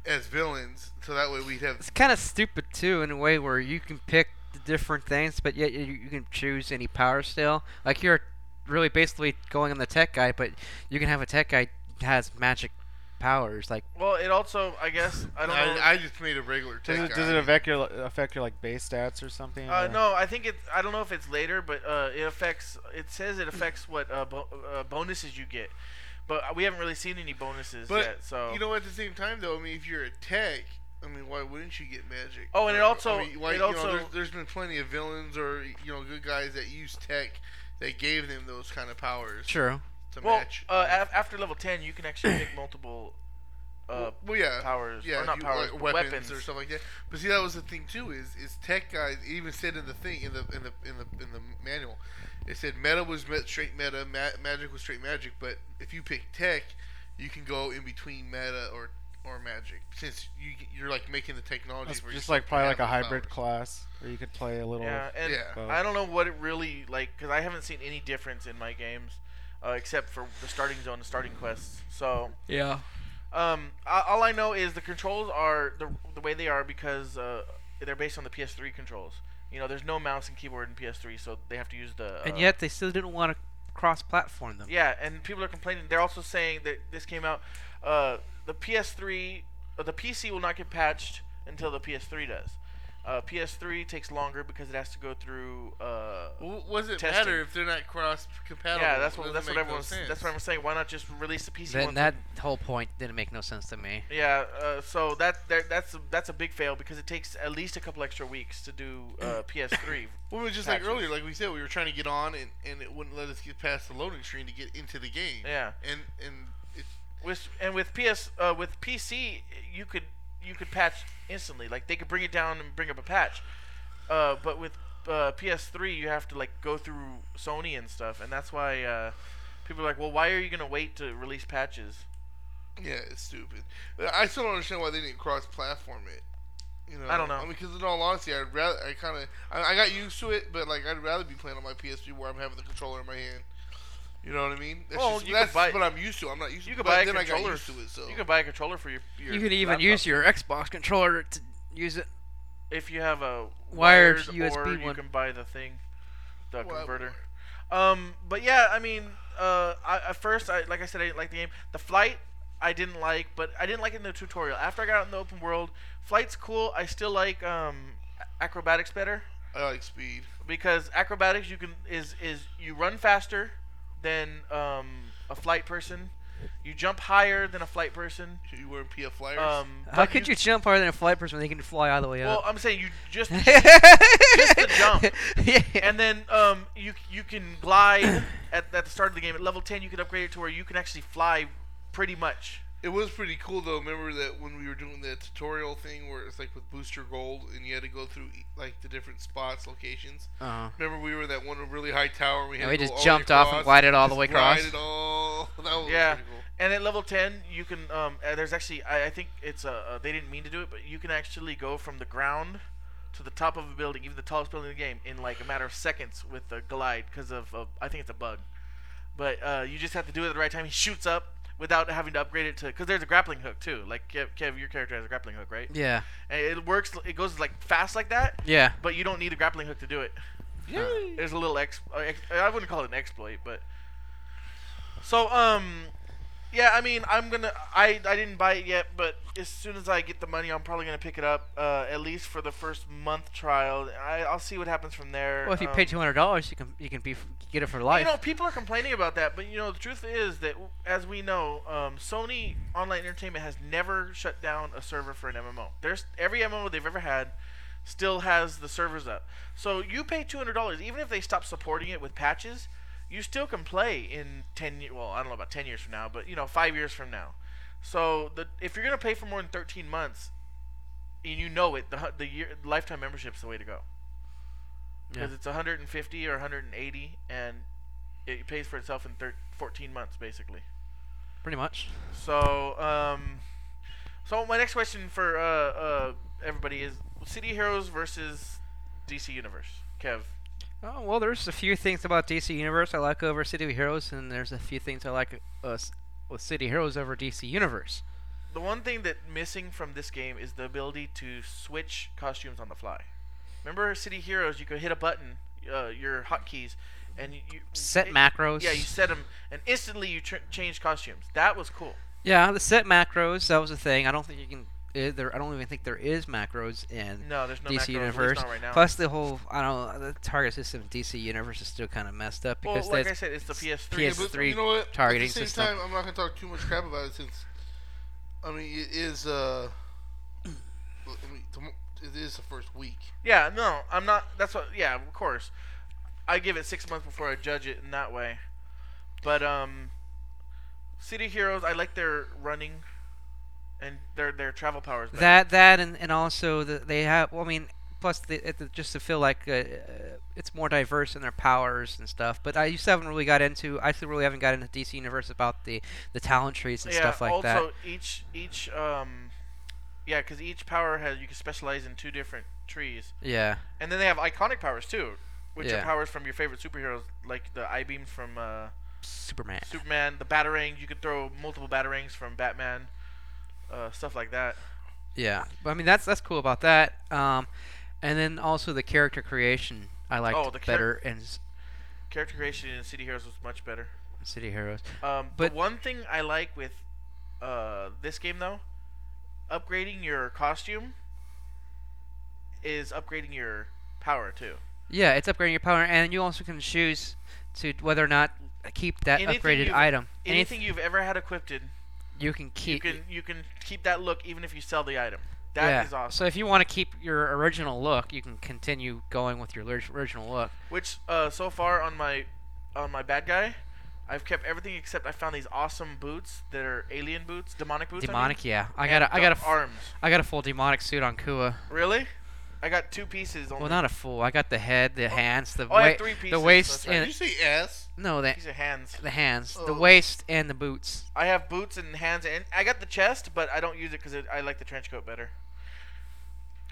[SPEAKER 3] as villains, so that way we'd have
[SPEAKER 4] It's kind of stupid too, in a way where you can pick the different things, but yet you, you can choose any power still. Like you're really basically going on the tech guy, but you can have a tech guy has magic powers. Like
[SPEAKER 1] well, it also I guess I don't know.
[SPEAKER 3] I, I just made a regular
[SPEAKER 5] Does
[SPEAKER 3] tech
[SPEAKER 5] it,
[SPEAKER 3] guy.
[SPEAKER 5] does it affect your affect your like base stats or something?
[SPEAKER 1] Uh,
[SPEAKER 5] or-
[SPEAKER 1] no, I think it. I don't know if it's later, but uh, it affects. It says it affects what uh, bo- uh, bonuses you get, but we haven't really seen any bonuses
[SPEAKER 3] But,
[SPEAKER 1] yet. So
[SPEAKER 3] you know, at the same time though, I mean, if you're a tech, I mean, why wouldn't you get magic?
[SPEAKER 1] Oh, and it
[SPEAKER 3] Or,
[SPEAKER 1] also-
[SPEAKER 3] I mean, why,
[SPEAKER 1] it
[SPEAKER 3] you know,
[SPEAKER 1] also-
[SPEAKER 3] there's, there's been plenty of villains or you know good guys that use tech that gave them those kind of powers
[SPEAKER 4] True.
[SPEAKER 3] to
[SPEAKER 1] Well,
[SPEAKER 3] match.
[SPEAKER 1] uh, af- after level ten, you can actually pick multiple uh,
[SPEAKER 3] well, yeah,
[SPEAKER 1] powers.
[SPEAKER 3] yeah,
[SPEAKER 1] or not
[SPEAKER 3] you-
[SPEAKER 1] powers,
[SPEAKER 3] like
[SPEAKER 1] but
[SPEAKER 3] weapons,
[SPEAKER 1] weapons.
[SPEAKER 3] or stuff like that. But see, that was the thing too. Is is tech guys it even said in the thing in the in the in the in the manual, it said meta was met straight meta, ma- magic was straight magic. But if you pick tech, you can go in between meta or or magic since you you're like making the technology.
[SPEAKER 5] It's
[SPEAKER 3] for
[SPEAKER 5] just
[SPEAKER 3] yourself
[SPEAKER 5] like
[SPEAKER 3] to
[SPEAKER 5] probably
[SPEAKER 3] have
[SPEAKER 5] like a
[SPEAKER 3] those
[SPEAKER 5] hybrid
[SPEAKER 3] powers.
[SPEAKER 5] class where you could play a little.
[SPEAKER 1] Yeah, and
[SPEAKER 3] Yeah.
[SPEAKER 5] Both.
[SPEAKER 1] I don't know what it really like because I haven't seen any difference in my games, uh, except for the starting zone and starting quests. So
[SPEAKER 4] Yeah.
[SPEAKER 1] um, I, all I know is the controls are the the way they are because uh, they're based on the PS3 controls. You know, there's no mouse and keyboard in PS3, so they have to use the. Uh,
[SPEAKER 4] And yet they still didn't want to cross-platform them.
[SPEAKER 1] Yeah, and people are complaining. They're also saying that this came out. Uh, the PS3, uh, the PC will not get patched until the PS3 does. Uh, PS3 takes longer because it has to go through. Uh,
[SPEAKER 3] Well, does it
[SPEAKER 1] testing.
[SPEAKER 3] matter if they're not cross compatible?
[SPEAKER 1] yeah, that's what
[SPEAKER 3] Doesn't
[SPEAKER 1] that's what
[SPEAKER 3] make no
[SPEAKER 1] everyone's.
[SPEAKER 3] sense.
[SPEAKER 1] That's what I'm saying. Why not just release the PC
[SPEAKER 4] Then
[SPEAKER 1] one?
[SPEAKER 4] that whole point didn't make no sense to me.
[SPEAKER 1] yeah, uh, so that, that that's a, that's a big fail because it takes at least a couple extra weeks to do
[SPEAKER 4] <coughs>
[SPEAKER 1] uh, PS3.
[SPEAKER 3] Well, it was just
[SPEAKER 1] Patches.
[SPEAKER 3] like earlier, like we said, we were trying to get on, and, and it wouldn't let us get past the loading screen to get into the game.
[SPEAKER 1] Yeah.
[SPEAKER 3] And and it,
[SPEAKER 1] With and with PS uh, with PC, you could you could patch instantly. Like they could bring it down and bring up a patch. Uh, but with uh, PS3, you have to like go through Sony and stuff, and that's why uh, people are like, well, why are you gonna wait to release patches?
[SPEAKER 3] yeah, it's stupid. But I still don't understand why they didn't cross-platform it. You know,
[SPEAKER 1] I don't know.
[SPEAKER 3] I mean, because in all honesty, I'd rather I kind of I, I got used to it, but like I'd rather be playing on my PSP where I'm having the controller in my hand. You know what I mean? That's
[SPEAKER 1] Well,
[SPEAKER 3] just,
[SPEAKER 1] you could
[SPEAKER 3] that's
[SPEAKER 1] buy-
[SPEAKER 3] what I'm used to. I'm not used to.
[SPEAKER 1] You
[SPEAKER 3] it,
[SPEAKER 1] could
[SPEAKER 3] but
[SPEAKER 1] buy a
[SPEAKER 3] then I got
[SPEAKER 1] controller.
[SPEAKER 3] used to it. So
[SPEAKER 1] You could buy a controller for your. your
[SPEAKER 4] You could even
[SPEAKER 1] laptop.
[SPEAKER 4] use your Xbox controller to use it.
[SPEAKER 1] if you have a
[SPEAKER 4] Wired
[SPEAKER 1] wired,
[SPEAKER 4] USB
[SPEAKER 1] or you
[SPEAKER 4] one.
[SPEAKER 1] can buy the thing, the
[SPEAKER 3] Well, I-
[SPEAKER 1] converter. Um, but yeah, I mean, uh, I, at first, I like I said, I didn't like the game. The flight, I didn't like, but I didn't like it in the tutorial. After I got out in the open world, flight's cool. I still like um, acrobatics better
[SPEAKER 3] I like speed.
[SPEAKER 1] because acrobatics you can is is you run faster than um, a flight person. You jump higher than a flight person.
[SPEAKER 3] You wearing PF flyers?
[SPEAKER 1] Um,
[SPEAKER 4] How
[SPEAKER 1] but
[SPEAKER 4] could you, jump higher than a flight person when they can fly all the way
[SPEAKER 1] <laughs> Well,
[SPEAKER 4] up?
[SPEAKER 1] I'm saying you just
[SPEAKER 4] <laughs> just
[SPEAKER 1] the jump.
[SPEAKER 4] <laughs> Yeah.
[SPEAKER 1] and then um, you you can glide <coughs> at, at the start of the game at level 10 you can upgrade it to where you can actually fly pretty much
[SPEAKER 3] It was pretty cool though. Remember that when we were doing that tutorial thing where it's like with Booster Gold and you had to go through e, like the different spots, locations.
[SPEAKER 4] Uh-huh.
[SPEAKER 3] Remember we were that one really high tower. And we had
[SPEAKER 4] And we
[SPEAKER 3] to go
[SPEAKER 4] just
[SPEAKER 3] all the way
[SPEAKER 4] jumped off and
[SPEAKER 3] across,
[SPEAKER 4] glided all the
[SPEAKER 3] just
[SPEAKER 4] way across.
[SPEAKER 3] glided all. <laughs> That was
[SPEAKER 1] Yeah.
[SPEAKER 3] pretty cool.
[SPEAKER 1] and at level 10 you can um, uh, there's actually I, I think it's uh, uh, they didn't mean to do it but you can actually go from the ground to the top of a building even the tallest building in the game in like a matter of seconds with a glide because of uh, I think it's a bug but uh, you just have to do it at the right time he shoots up without having to upgrade it to because there's a grappling hook too like Kev, Kev your character has a grappling hook right
[SPEAKER 4] Yeah.
[SPEAKER 1] and it works it goes like fast like that
[SPEAKER 4] Yeah.
[SPEAKER 1] but you don't need a grappling hook to do it. There's a little ex. uh, ex- I wouldn't call it an exploit, but so um, yeah. I mean, I'm gonna. I I didn't buy it yet, but as soon as I get the money, I'm probably gonna pick it up. Uh, at least for the first month trial. I I'll see what happens from there.
[SPEAKER 4] Well, if you
[SPEAKER 1] um,
[SPEAKER 4] pay two hundred dollars, you can you can be f- get it for life.
[SPEAKER 1] you know, people are complaining about that, but you know, the truth is that, as we know, um, Sony Online Entertainment has never shut down a server for an MMO. There's every MMO they've ever had still has the servers up. So you pay two hundred dollars, even if they stop supporting it with patches, you still can play in ten. ye- Well, I don't know about ten years from now, but you know, five years from now. So the if you're gonna pay for more than thirteen months, and you know it, the hu- the year lifetime membership's the way to go because
[SPEAKER 4] Yeah.
[SPEAKER 1] it's 150 or 180 and it pays for itself in thir- 14 months basically
[SPEAKER 4] pretty much.
[SPEAKER 1] so um so my next question for uh, uh everybody is city heroes versus dc universe kev
[SPEAKER 4] Oh well, there's a few things about DC Universe I like over City of Heroes, and there's a few things I like uh, s- with City Heroes over DC Universe.
[SPEAKER 1] the one thing that missing from this game is the ability to switch costumes on the fly remember city heroes you could hit a button uh, your hotkeys and you, you
[SPEAKER 4] Set
[SPEAKER 1] it-
[SPEAKER 4] macros.
[SPEAKER 1] yeah you set them and instantly you tr- change costumes that was cool
[SPEAKER 4] Yeah, the set macros. That was the thing. I don't think you can. eh, there, I don't even think there is macros in
[SPEAKER 1] no there's no macros,
[SPEAKER 4] DC
[SPEAKER 1] at least
[SPEAKER 4] Universe.
[SPEAKER 1] not right now.
[SPEAKER 4] Plus the whole I don't know, the target system in DC Universe is still kind of messed up
[SPEAKER 1] Well,
[SPEAKER 4] because
[SPEAKER 1] like I
[SPEAKER 4] that's
[SPEAKER 1] said, it's the PS3.
[SPEAKER 3] Yeah,
[SPEAKER 4] PS3
[SPEAKER 3] but you know what?
[SPEAKER 4] targeting
[SPEAKER 3] At the same
[SPEAKER 4] system.
[SPEAKER 3] time, I'm not gonna talk too much crap about it since, <clears throat> I mean, it is. uh I mean, tomo- it is the first week.
[SPEAKER 1] Yeah, no, I'm not. That's what. Yeah, of course. I give it six months before I judge it in that way. But um, City Heroes, I like their running, and their their travel powers. better.
[SPEAKER 4] That that and, and also the, they have. Well, I mean, plus the, it, just to feel like uh, uh, it's more diverse in their powers and stuff. But I you still haven't really got into. I still really haven't got into DC Universe about the the talent trees and
[SPEAKER 1] yeah,
[SPEAKER 4] stuff like
[SPEAKER 1] also
[SPEAKER 4] that.
[SPEAKER 1] each each um, yeah, because each power has you can specialize in two different trees,
[SPEAKER 4] Yeah,
[SPEAKER 1] and then they have iconic powers too, which
[SPEAKER 4] Yeah.
[SPEAKER 1] are powers from your favorite superheroes, like the I beams from uh,
[SPEAKER 4] Superman.
[SPEAKER 1] Superman, the Batarang. You could throw multiple Batarangs from Batman, uh, stuff like that.
[SPEAKER 4] Yeah, but I mean that's that's cool about that. Um, and then also the character creation I liked
[SPEAKER 1] Oh, the char-
[SPEAKER 4] better in S-
[SPEAKER 1] Character creation in City Heroes was much better.
[SPEAKER 4] City Heroes.
[SPEAKER 1] Um,
[SPEAKER 4] But-
[SPEAKER 1] but one thing I like with uh, this game though, upgrading your costume is upgrading your power too.
[SPEAKER 4] Yeah, it's upgrading your power, and you also can choose to whether or not keep that
[SPEAKER 1] Anything
[SPEAKER 4] upgraded
[SPEAKER 1] you-
[SPEAKER 4] item.
[SPEAKER 1] Anything you've ever had equipped, in,
[SPEAKER 4] you can
[SPEAKER 1] you
[SPEAKER 4] keep.
[SPEAKER 1] can you can keep that look even if you sell the item. That is
[SPEAKER 4] yeah.
[SPEAKER 1] awesome.
[SPEAKER 4] So if you want to keep your original look, you can continue going with your lir- original look.
[SPEAKER 1] Which uh, so far on my on my bad guy, I've kept everything except I found these awesome boots that are alien boots, demonic boots. I mean.
[SPEAKER 4] demonic, yeah. I
[SPEAKER 1] and
[SPEAKER 4] got a, I
[SPEAKER 1] the
[SPEAKER 4] got a, f-
[SPEAKER 1] arms.
[SPEAKER 4] I got a full demonic suit on Kua.
[SPEAKER 1] Really? I got two pieces. Only.
[SPEAKER 4] Well, not a full. I got the head, the hands, the
[SPEAKER 1] Oh, I have
[SPEAKER 4] wa-
[SPEAKER 1] three
[SPEAKER 4] the
[SPEAKER 1] pieces,
[SPEAKER 4] waist,
[SPEAKER 1] that's right.
[SPEAKER 3] Did
[SPEAKER 4] and
[SPEAKER 3] you say ass?
[SPEAKER 4] no, the
[SPEAKER 1] <laughs> piece of hands.
[SPEAKER 4] the hands, the
[SPEAKER 3] Oh.
[SPEAKER 4] waist, and
[SPEAKER 1] <laughs>
[SPEAKER 4] the boots. <laughs>
[SPEAKER 1] I have boots and hands, and I got the chest, but I don't use it because I like the trench coat better.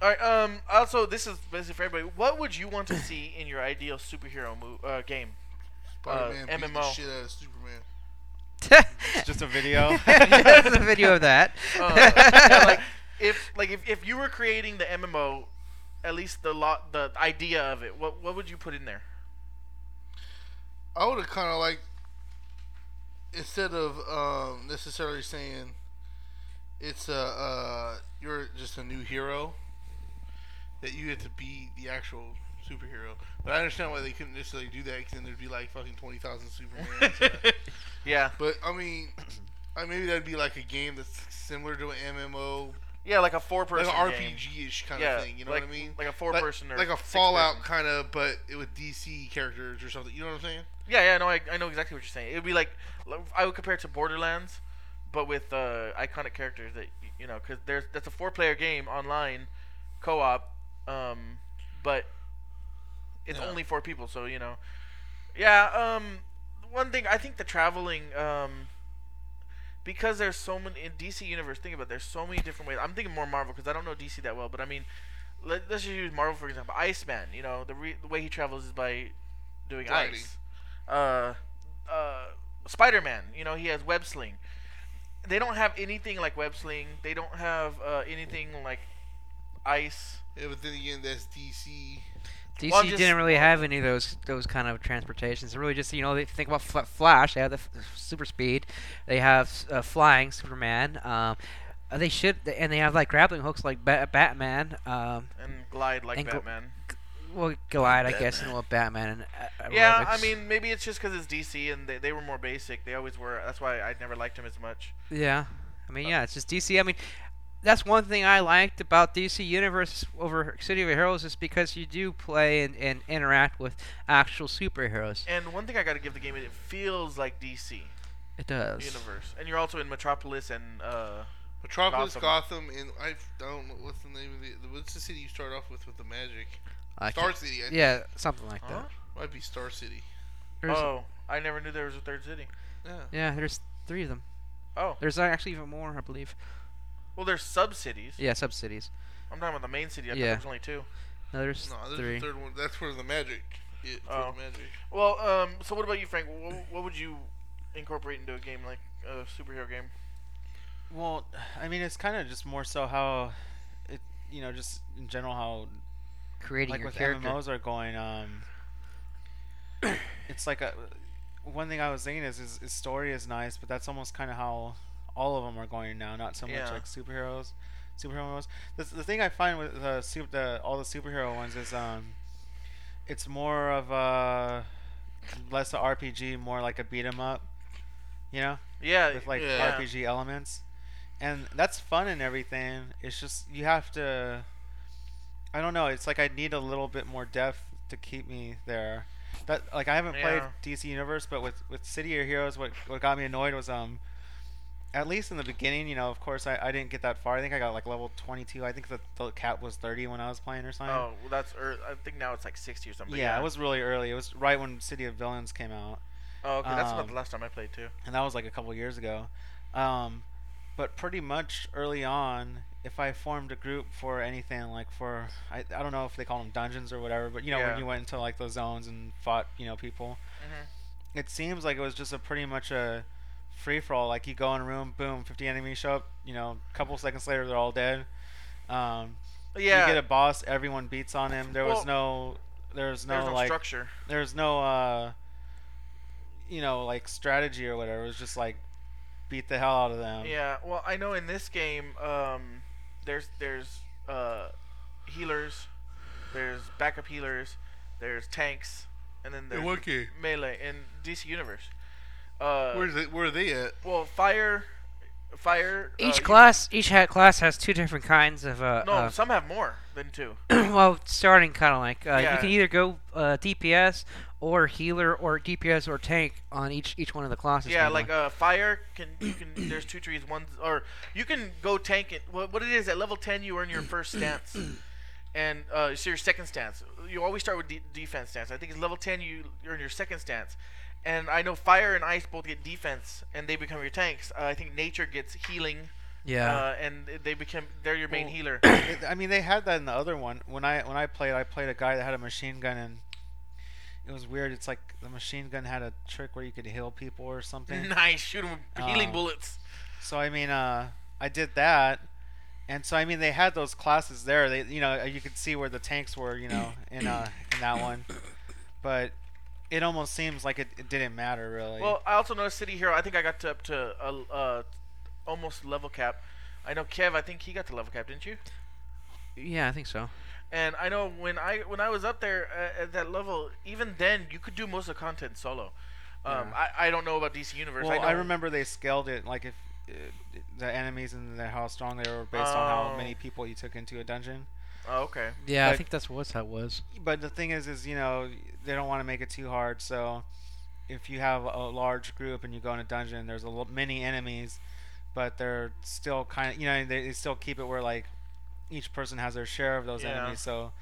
[SPEAKER 1] All right. Um. Also, this is basically for everybody. What would you want to see in your ideal superhero mo- uh, game?
[SPEAKER 3] Spider-Man beat the
[SPEAKER 1] MMO.
[SPEAKER 3] shit out of Superman.
[SPEAKER 5] It's just
[SPEAKER 1] <laughs>
[SPEAKER 5] a video. <laughs>
[SPEAKER 4] There's a video of that.
[SPEAKER 1] Uh, yeah, like if like if, if you were creating the MMO, at least the lot the idea of it. What what would you put in
[SPEAKER 3] <laughs>
[SPEAKER 1] there?
[SPEAKER 3] I would have kind of like instead of um, necessarily saying it's a uh, you're just a new hero that you have to be the actual superhero. But I understand why they couldn't necessarily do that because then there'd be like fucking twenty thousand Supermans.
[SPEAKER 1] <laughs>
[SPEAKER 3] uh,
[SPEAKER 1] yeah.
[SPEAKER 3] but I mean, I maybe that'd be like a game that's similar to an MMO,
[SPEAKER 1] Yeah, like a four
[SPEAKER 3] like
[SPEAKER 1] person
[SPEAKER 3] an
[SPEAKER 1] game.
[SPEAKER 3] RPG ish kind
[SPEAKER 1] yeah,
[SPEAKER 3] of thing. You know
[SPEAKER 1] like,
[SPEAKER 3] what I mean?
[SPEAKER 1] Like a four person or
[SPEAKER 3] like a
[SPEAKER 1] six
[SPEAKER 3] Fallout
[SPEAKER 1] person.
[SPEAKER 3] kind of, but it with DC characters or something. You know what I'm saying?
[SPEAKER 1] Yeah, yeah, no, I, I know exactly what you're saying. It would be like I would compare it to Borderlands, but with uh, iconic characters that y- you know, because there's that's a four-player game online, co-op, um, but it's
[SPEAKER 3] Yeah.
[SPEAKER 1] only four people, so you know. Yeah. Um, one thing I think the traveling, um, because there's so many in DC universe. Think about it, there's so many different ways. I'm thinking more Marvel because I don't know DC that well, but I mean, let, let's just use Marvel for example. Iceman, you know, the re- the way he travels is by doing
[SPEAKER 3] Gliding.
[SPEAKER 1] ice. Uh, uh, Spider-Man, you know, he has web sling. They don't have anything like web sling. They don't have uh, anything like ice.
[SPEAKER 3] Yeah, but then again, that's DC.
[SPEAKER 4] DC
[SPEAKER 1] Well, I'm just-
[SPEAKER 4] didn't really have any of those those kind of transportations. It really just you know they think about Fla- Flash. They have the f- super speed. They have s- uh, flying Superman. Um, uh, they should and they have like grappling hooks like ba- Batman. Um,
[SPEAKER 1] and glide like
[SPEAKER 4] And gl-
[SPEAKER 1] Batman.
[SPEAKER 4] well, Goliath, I guess, and well, Batman. And, uh, uh,
[SPEAKER 1] yeah, I
[SPEAKER 4] Robots.
[SPEAKER 1] mean, maybe it's just because it's DC and they, they were more basic. They always were. That's why I never liked him as much.
[SPEAKER 4] Yeah, I
[SPEAKER 1] uh,
[SPEAKER 4] mean, yeah, it's just DC. I mean, that's one thing I liked about DC Universe over City of Heroes is because you do play and, and interact with actual superheroes.
[SPEAKER 1] And one thing I got to give the game is it feels like DC
[SPEAKER 4] It does.
[SPEAKER 1] universe. And you're also in Metropolis and uh,
[SPEAKER 3] Metropolis,
[SPEAKER 1] Gotham.
[SPEAKER 3] Gotham, and I, I don't know what's the name of the what's the city you start off with with the magic.
[SPEAKER 4] I
[SPEAKER 3] Star
[SPEAKER 4] can't-
[SPEAKER 3] City, I think.
[SPEAKER 4] Yeah, something like that.
[SPEAKER 3] might be Star City.
[SPEAKER 4] There's-
[SPEAKER 1] oh, I never knew there was a third city.
[SPEAKER 3] Yeah,
[SPEAKER 4] Yeah, there's three of them.
[SPEAKER 1] Oh,
[SPEAKER 4] There's uh, actually even more, I believe.
[SPEAKER 1] well, there's sub cities.
[SPEAKER 4] Yeah, sub cities.
[SPEAKER 1] I'm talking about the main city. I thought
[SPEAKER 4] Yeah.
[SPEAKER 1] there was only two.
[SPEAKER 4] No, there's
[SPEAKER 3] no, there's
[SPEAKER 4] three.
[SPEAKER 3] the third one. That's where the magic. It,
[SPEAKER 1] Oh.
[SPEAKER 3] the magic.
[SPEAKER 1] Well, um, so what about you, Frank? What, what would you incorporate into a game like a superhero game?
[SPEAKER 5] well, I mean, it's kind of just more so how it, you know, just in general how
[SPEAKER 4] Creating
[SPEAKER 5] like
[SPEAKER 4] your
[SPEAKER 5] with
[SPEAKER 4] character.
[SPEAKER 5] MMOs are going. Um, <coughs> it's like a one thing I was thinking is, is is story is nice, but that's almost kind of how all of them are going now. Not so much
[SPEAKER 1] Yeah.
[SPEAKER 5] like superheroes, superhero MMOs. The, the thing I find with the, sup- the all the superhero ones is um, it's more of a less a RPG, more like a beat 'em up. You know,
[SPEAKER 1] Yeah,
[SPEAKER 5] with like
[SPEAKER 1] yeah.
[SPEAKER 5] RPG elements. and that's fun and everything. It's just you have to. I don't know. It's like I need a little bit more depth to keep me there. That like I haven't
[SPEAKER 1] Yeah.
[SPEAKER 5] played DC Universe, but with with City of Heroes, what what got me annoyed was um. At least in the beginning, you know, of course, I, I didn't get that far. I think I got like level 22. I think the, the cat was 30 when I was playing or something.
[SPEAKER 1] Oh, well, that's. Or, I think now it's like sixty or something.
[SPEAKER 5] yeah, it was really early. It was right when City of Villains came out.
[SPEAKER 1] Oh, okay. That's about
[SPEAKER 5] um,
[SPEAKER 1] the last time I played too.
[SPEAKER 5] and that was like a couple years ago. Um, but pretty much early on, if I formed a group for anything, like for I, I don't know if they call them dungeons or whatever, but you know
[SPEAKER 1] Yeah.
[SPEAKER 5] when you went into like the zones and fought you know people,
[SPEAKER 1] Mm-hmm.
[SPEAKER 5] it seems like it was just a pretty much a free for all. Like you go in a room, boom, 50 enemies show up. You know, a couple seconds later they're all dead. Um,
[SPEAKER 1] Yeah.
[SPEAKER 5] You get a boss, everyone beats on him. There
[SPEAKER 1] Well,
[SPEAKER 5] was no, there was no,
[SPEAKER 1] there's no
[SPEAKER 5] like
[SPEAKER 1] structure.
[SPEAKER 5] there's no uh you know like strategy or whatever it was just like beat the hell out of them
[SPEAKER 1] Yeah, well, I know in this game, um, there's there's uh, healers, there's backup healers, there's tanks, and then
[SPEAKER 3] In
[SPEAKER 1] there's
[SPEAKER 3] what game?
[SPEAKER 1] melee in DC Universe. Uh,
[SPEAKER 3] Where's they, where are they at?
[SPEAKER 1] well, fire, fire. uh,
[SPEAKER 4] Each
[SPEAKER 1] you-
[SPEAKER 4] class, each ha- class has two different kinds of. Uh,
[SPEAKER 1] No,
[SPEAKER 4] uh,
[SPEAKER 1] some have more than two.
[SPEAKER 4] <clears throat> well, starting kind of like uh, you
[SPEAKER 1] Yeah.
[SPEAKER 4] can either go uh, DPS or healer or DPS or tank on each each one of the classes.
[SPEAKER 1] Yeah,
[SPEAKER 4] kinda
[SPEAKER 1] like uh, fire can you can <clears throat> there's two trees one or you can go tank it. What, what it is at level ten you earn your first stance, and uh, so your second stance. You always start with de- defense stance. I think it's level ten you earn your second stance, and I know fire and ice both get defense and they become your tanks. Uh, I think nature gets healing,
[SPEAKER 4] yeah.
[SPEAKER 1] uh, and they become they're your main
[SPEAKER 5] Well,
[SPEAKER 1] healer.
[SPEAKER 5] <clears throat>
[SPEAKER 1] <laughs>
[SPEAKER 5] It- i mean they had that in the other one when i when i played i played a guy that had a machine gun and it was weird it's like the machine gun had a trick where you could heal people or something
[SPEAKER 1] nice, shoot 'em with healing
[SPEAKER 5] Uh,
[SPEAKER 1] bullets.
[SPEAKER 5] so i mean uh i did that and so i mean they had those classes there they you know uh, you could see where the tanks were you know in uh in that one but it almost seems like it, it didn't matter really
[SPEAKER 1] Well, I also noticed City Hero. I think I got to up to uh, uh, almost level cap. I know Kev. I think he got to level cap, didn't you?
[SPEAKER 4] yeah, I think so.
[SPEAKER 1] And I know when I when I was up there uh, at that level, even then you could do most of the content solo. Um, I, I don't know about DC Universe.
[SPEAKER 5] Well,
[SPEAKER 1] I, know,
[SPEAKER 5] I, remember they scaled it like if uh, the enemies and the, how strong they were based on how
[SPEAKER 1] Oh.
[SPEAKER 5] many people you took into a dungeon.
[SPEAKER 1] Oh, okay.
[SPEAKER 4] Yeah, I
[SPEAKER 5] Like-
[SPEAKER 4] think that's what that was.
[SPEAKER 5] But the thing is, is you know they don't want to make it too hard. So if you have a large group and you go in a dungeon, there's a l- many enemies, but they're still kind of you know they, they still keep it where like each person has their share of those
[SPEAKER 1] Yeah.
[SPEAKER 5] enemies. So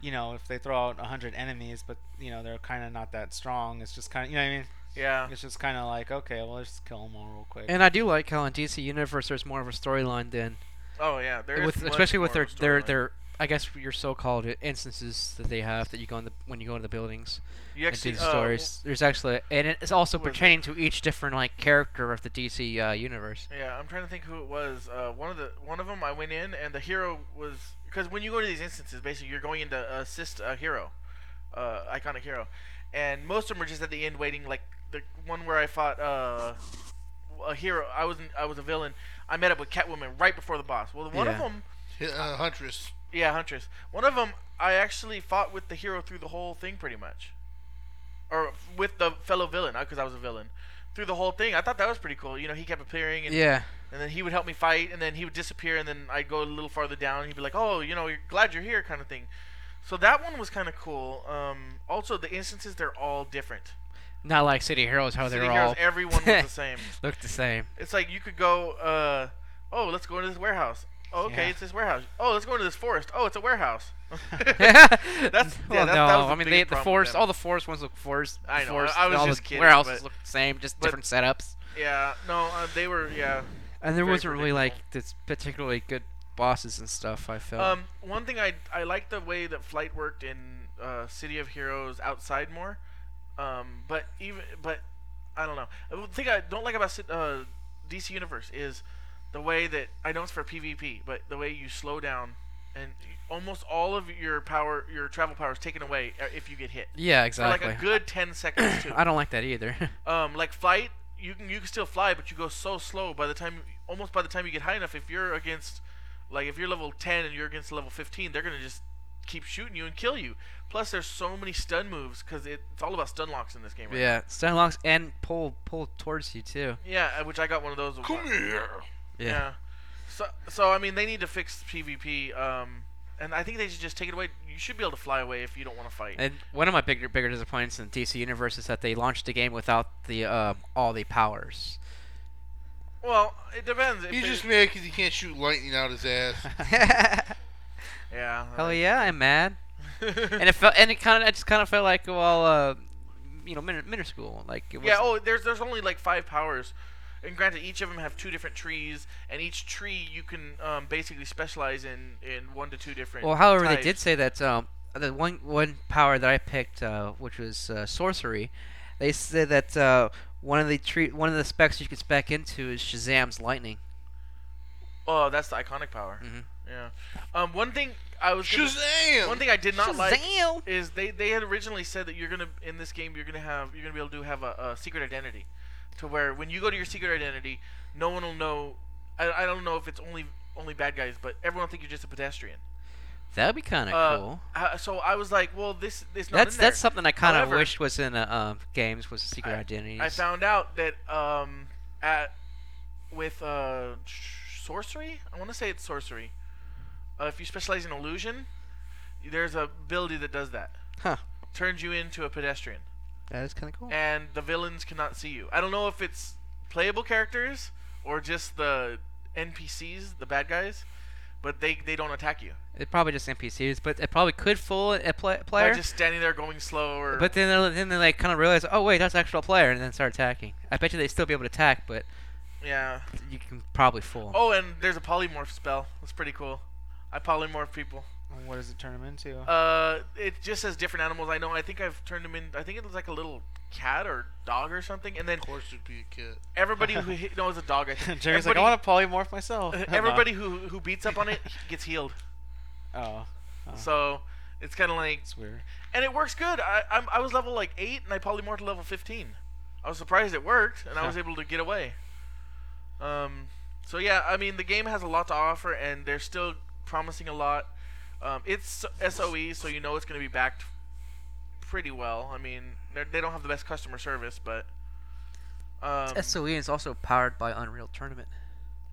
[SPEAKER 5] you know if they throw out hundred enemies, but you know they're kind of not that strong. It's just kind of you know what I mean.
[SPEAKER 1] Yeah.
[SPEAKER 5] It's just kind of like okay, well let's kill them all real quick.
[SPEAKER 4] And I do like how in DC Universe there's more of a storyline than
[SPEAKER 1] Oh yeah. There is
[SPEAKER 4] with
[SPEAKER 1] much
[SPEAKER 4] especially with
[SPEAKER 1] more
[SPEAKER 4] their
[SPEAKER 1] of a
[SPEAKER 4] their
[SPEAKER 1] storyline.
[SPEAKER 4] their I guess your so-called instances that they have that you go in the when you go into the buildings
[SPEAKER 1] you actually
[SPEAKER 4] and do
[SPEAKER 1] uh,
[SPEAKER 4] the stories. There's actually and it's also
[SPEAKER 1] who was it?
[SPEAKER 4] pertaining to each different like character of the DC uh, universe.
[SPEAKER 1] Yeah, I'm trying to think who it was. Uh, one of the one of them, I went in, and the hero was because when you go to these instances, basically you're going in to assist a hero, uh, iconic hero, and most of them are just at the end waiting. Like the one where I fought uh, a hero, I was I was a villain. I met up with Catwoman right before the boss. Well, one of
[SPEAKER 4] Yeah.
[SPEAKER 1] them,
[SPEAKER 3] Uh, Huntress.
[SPEAKER 1] yeah, Huntress. One of them, I actually fought with the hero through the whole thing, pretty much, or with the fellow villain, because I was a villain. Through the whole thing, I thought that was pretty cool. You know, he kept appearing and
[SPEAKER 4] Yeah,
[SPEAKER 1] and then he would help me fight, and then he would disappear, and then I'd go a little farther down, and he'd be like, "Oh, you know, you're glad you're here," kind of thing. So that one was kind of cool. Um, also, the instances they're all different.
[SPEAKER 4] not like City Heroes how
[SPEAKER 1] City
[SPEAKER 4] Oh, they're
[SPEAKER 1] Heroes,
[SPEAKER 4] all
[SPEAKER 1] everyone was
[SPEAKER 4] <laughs>
[SPEAKER 1] the same.
[SPEAKER 4] look
[SPEAKER 1] <laughs>
[SPEAKER 4] the same.
[SPEAKER 1] It's like you could go, uh, "Oh, let's go into this warehouse." Oh, okay,
[SPEAKER 5] Yeah.
[SPEAKER 1] it's this warehouse. Oh, let's go into this forest. Oh, it's a
[SPEAKER 4] <laughs>
[SPEAKER 1] warehouse. <laughs>
[SPEAKER 4] that's
[SPEAKER 1] yeah, that-
[SPEAKER 4] no,
[SPEAKER 1] that was the
[SPEAKER 4] I mean they,
[SPEAKER 1] biggest
[SPEAKER 4] the
[SPEAKER 1] problem with
[SPEAKER 4] forest,
[SPEAKER 1] them.
[SPEAKER 4] all the forest ones look forest.
[SPEAKER 1] I
[SPEAKER 4] the
[SPEAKER 1] know, I-
[SPEAKER 4] forest,
[SPEAKER 1] I was
[SPEAKER 4] all
[SPEAKER 1] just
[SPEAKER 4] the
[SPEAKER 1] kidding,
[SPEAKER 4] warehouses
[SPEAKER 1] but-
[SPEAKER 4] look the same, just
[SPEAKER 1] but-
[SPEAKER 4] different setups.
[SPEAKER 1] yeah, no, uh, they were, yeah.
[SPEAKER 4] And there
[SPEAKER 1] Very
[SPEAKER 4] wasn't really like this particularly good bosses and stuff. I felt.
[SPEAKER 1] Um, one thing I I liked the way that Flight worked in uh, City of Heroes outside more, um, but even but I don't know. The thing I don't like about Ci- uh, DC Universe is the way that I know it's for PvP, but the way you slow down and almost all of your power, your travel power is taken away uh, if you get hit.
[SPEAKER 4] yeah,
[SPEAKER 1] For like
[SPEAKER 4] exactly.
[SPEAKER 1] a good ten seconds too.
[SPEAKER 4] I don't like
[SPEAKER 1] <laughs>
[SPEAKER 4] that either. <laughs>
[SPEAKER 1] Um, like flight, you can you can still fly, but you go so slow. By the time, almost by the time you get high enough, if you're against, like if you're level ten and you're against level fifteen, they're gonna just keep shooting you and kill you. Plus, there's so many stun moves because it, it's all about stun locks in this game. Right
[SPEAKER 4] yeah, stun locks and pull pull towards you too.
[SPEAKER 1] now. Yeah, uh, which I got one of those. with
[SPEAKER 3] Come
[SPEAKER 1] one.
[SPEAKER 3] here.
[SPEAKER 1] Yeah. So, so I mean, they need to fix PvP. Um, and I think they should just take it away. You should be able to fly away if you don't want to fight.
[SPEAKER 4] And one of my bigger bigger disappointments in DC Universe is that they launched the game without the um, all
[SPEAKER 1] <laughs>
[SPEAKER 4] the powers.
[SPEAKER 1] well, it depends. If
[SPEAKER 3] He's
[SPEAKER 1] they-
[SPEAKER 3] just mad because he can't shoot lightning out his
[SPEAKER 4] <laughs>
[SPEAKER 3] ass.
[SPEAKER 4] Hell
[SPEAKER 1] yeah.
[SPEAKER 4] yeah, I'm mad. And it felt and it kind of I just kind of felt like well, uh, you know, min- minuscule. Like it was,
[SPEAKER 1] yeah. Oh, there's there's only like five powers, and granted, each of them have two different trees, and each tree you can um, basically specialize in in one to two different.
[SPEAKER 4] Well, however, they
[SPEAKER 1] types.
[SPEAKER 4] did say that um, the one one power that I picked, uh, which was uh, sorcery, they said that uh, one of the tre- one of the specs you could spec into is Shazam's lightning.
[SPEAKER 1] Oh, that's the iconic power.
[SPEAKER 4] Mhm.
[SPEAKER 1] Yeah. Um, one thing I was gonna-
[SPEAKER 3] Shazam!
[SPEAKER 1] one thing I did not like
[SPEAKER 4] Shazam!
[SPEAKER 1] is they they had originally said that you're gonna in this game you're gonna have you're gonna be able to have a, a secret identity, to where when you go to your secret identity, no one will know. I, I don't know if it's only only bad guys, but everyone will think you're just a pedestrian.
[SPEAKER 4] That'd be kind of
[SPEAKER 1] Uh,
[SPEAKER 4] cool.
[SPEAKER 1] uh, so I was like, well, this this not
[SPEAKER 4] That's
[SPEAKER 1] in there.
[SPEAKER 4] that's something I kind of
[SPEAKER 1] However-
[SPEAKER 4] wish was in uh, um, games was secret
[SPEAKER 1] I-
[SPEAKER 4] identities.
[SPEAKER 1] I found out that um at with uh sh- sorcery I want to say it's sorcery. Uh, if you specialize in illusion, there's a ability that does that.
[SPEAKER 4] Huh.
[SPEAKER 1] Turns you into a pedestrian.
[SPEAKER 4] that is kind of cool.
[SPEAKER 1] and the villains cannot see you. I don't know if it's playable characters or just the NPCs, the bad guys, but they, they don't attack you.
[SPEAKER 4] It probably just NPCs, but it probably could fool a pla
[SPEAKER 1] They're
[SPEAKER 4] player.
[SPEAKER 1] just standing there going slow or
[SPEAKER 4] But then they'll- then they like kind of realize, oh wait, that's an actual player, and then start attacking. I bet you they still be able to attack, but
[SPEAKER 1] yeah.
[SPEAKER 4] you can probably fool. 'em.
[SPEAKER 1] Oh, and there's a polymorph spell. That's pretty cool. I polymorph people.
[SPEAKER 5] What does it turn him into?
[SPEAKER 1] Uh, it just says different animals. I know. I think I've turned them in. I think it was like a little cat or dog or something. And then
[SPEAKER 3] Of course, it'd be a kid.
[SPEAKER 1] everybody who hit, no, it's a dog.
[SPEAKER 5] <laughs>
[SPEAKER 1] I think.
[SPEAKER 5] Jerry's like,
[SPEAKER 1] everybody, Uh,
[SPEAKER 5] I want to polymorph myself. <laughs>
[SPEAKER 1] everybody who who beats up on it gets healed.
[SPEAKER 5] oh,
[SPEAKER 1] So it's kind of like
[SPEAKER 5] it's weird.
[SPEAKER 1] and it works good. I I'm, I was level like eight, and I polymorphed to level fifteen. I was surprised it worked, and I was able to get away. Um, so yeah, I mean the game has a lot to offer, and they're still promising a lot. Um, it's SOE, so you know it's going to be backed pretty well. I mean, they're- they don't have the best customer service, but um,
[SPEAKER 4] SOE E is also powered by Unreal Tournament.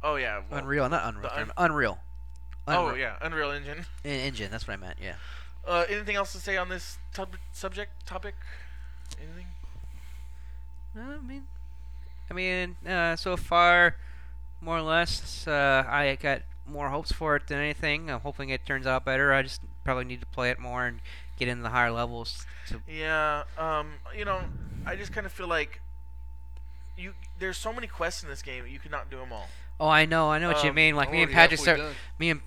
[SPEAKER 1] oh yeah, well,
[SPEAKER 4] Unreal, not Unreal.
[SPEAKER 1] the un-
[SPEAKER 4] Tournament, Unreal. Unreal.
[SPEAKER 1] oh yeah, Unreal Engine.
[SPEAKER 4] En- Engine. That's what I meant. Yeah.
[SPEAKER 1] Uh, anything else to say on this tub- subject topic? Anything?
[SPEAKER 4] No, Uh, I mean, I mean, uh, so far, more or less, uh, I got more hopes for it than anything. I'm hoping it turns out better. I just probably need to play it more and get into the higher levels. To
[SPEAKER 1] Yeah, um, you know, I just kind of feel like you. There's so many quests in this game, you could not do them all.
[SPEAKER 4] oh, I know, I know what you
[SPEAKER 1] Um,
[SPEAKER 4] mean. Like
[SPEAKER 3] I'm
[SPEAKER 4] me and
[SPEAKER 3] already
[SPEAKER 4] Patrick
[SPEAKER 3] halfway
[SPEAKER 4] start,
[SPEAKER 3] done.
[SPEAKER 4] me and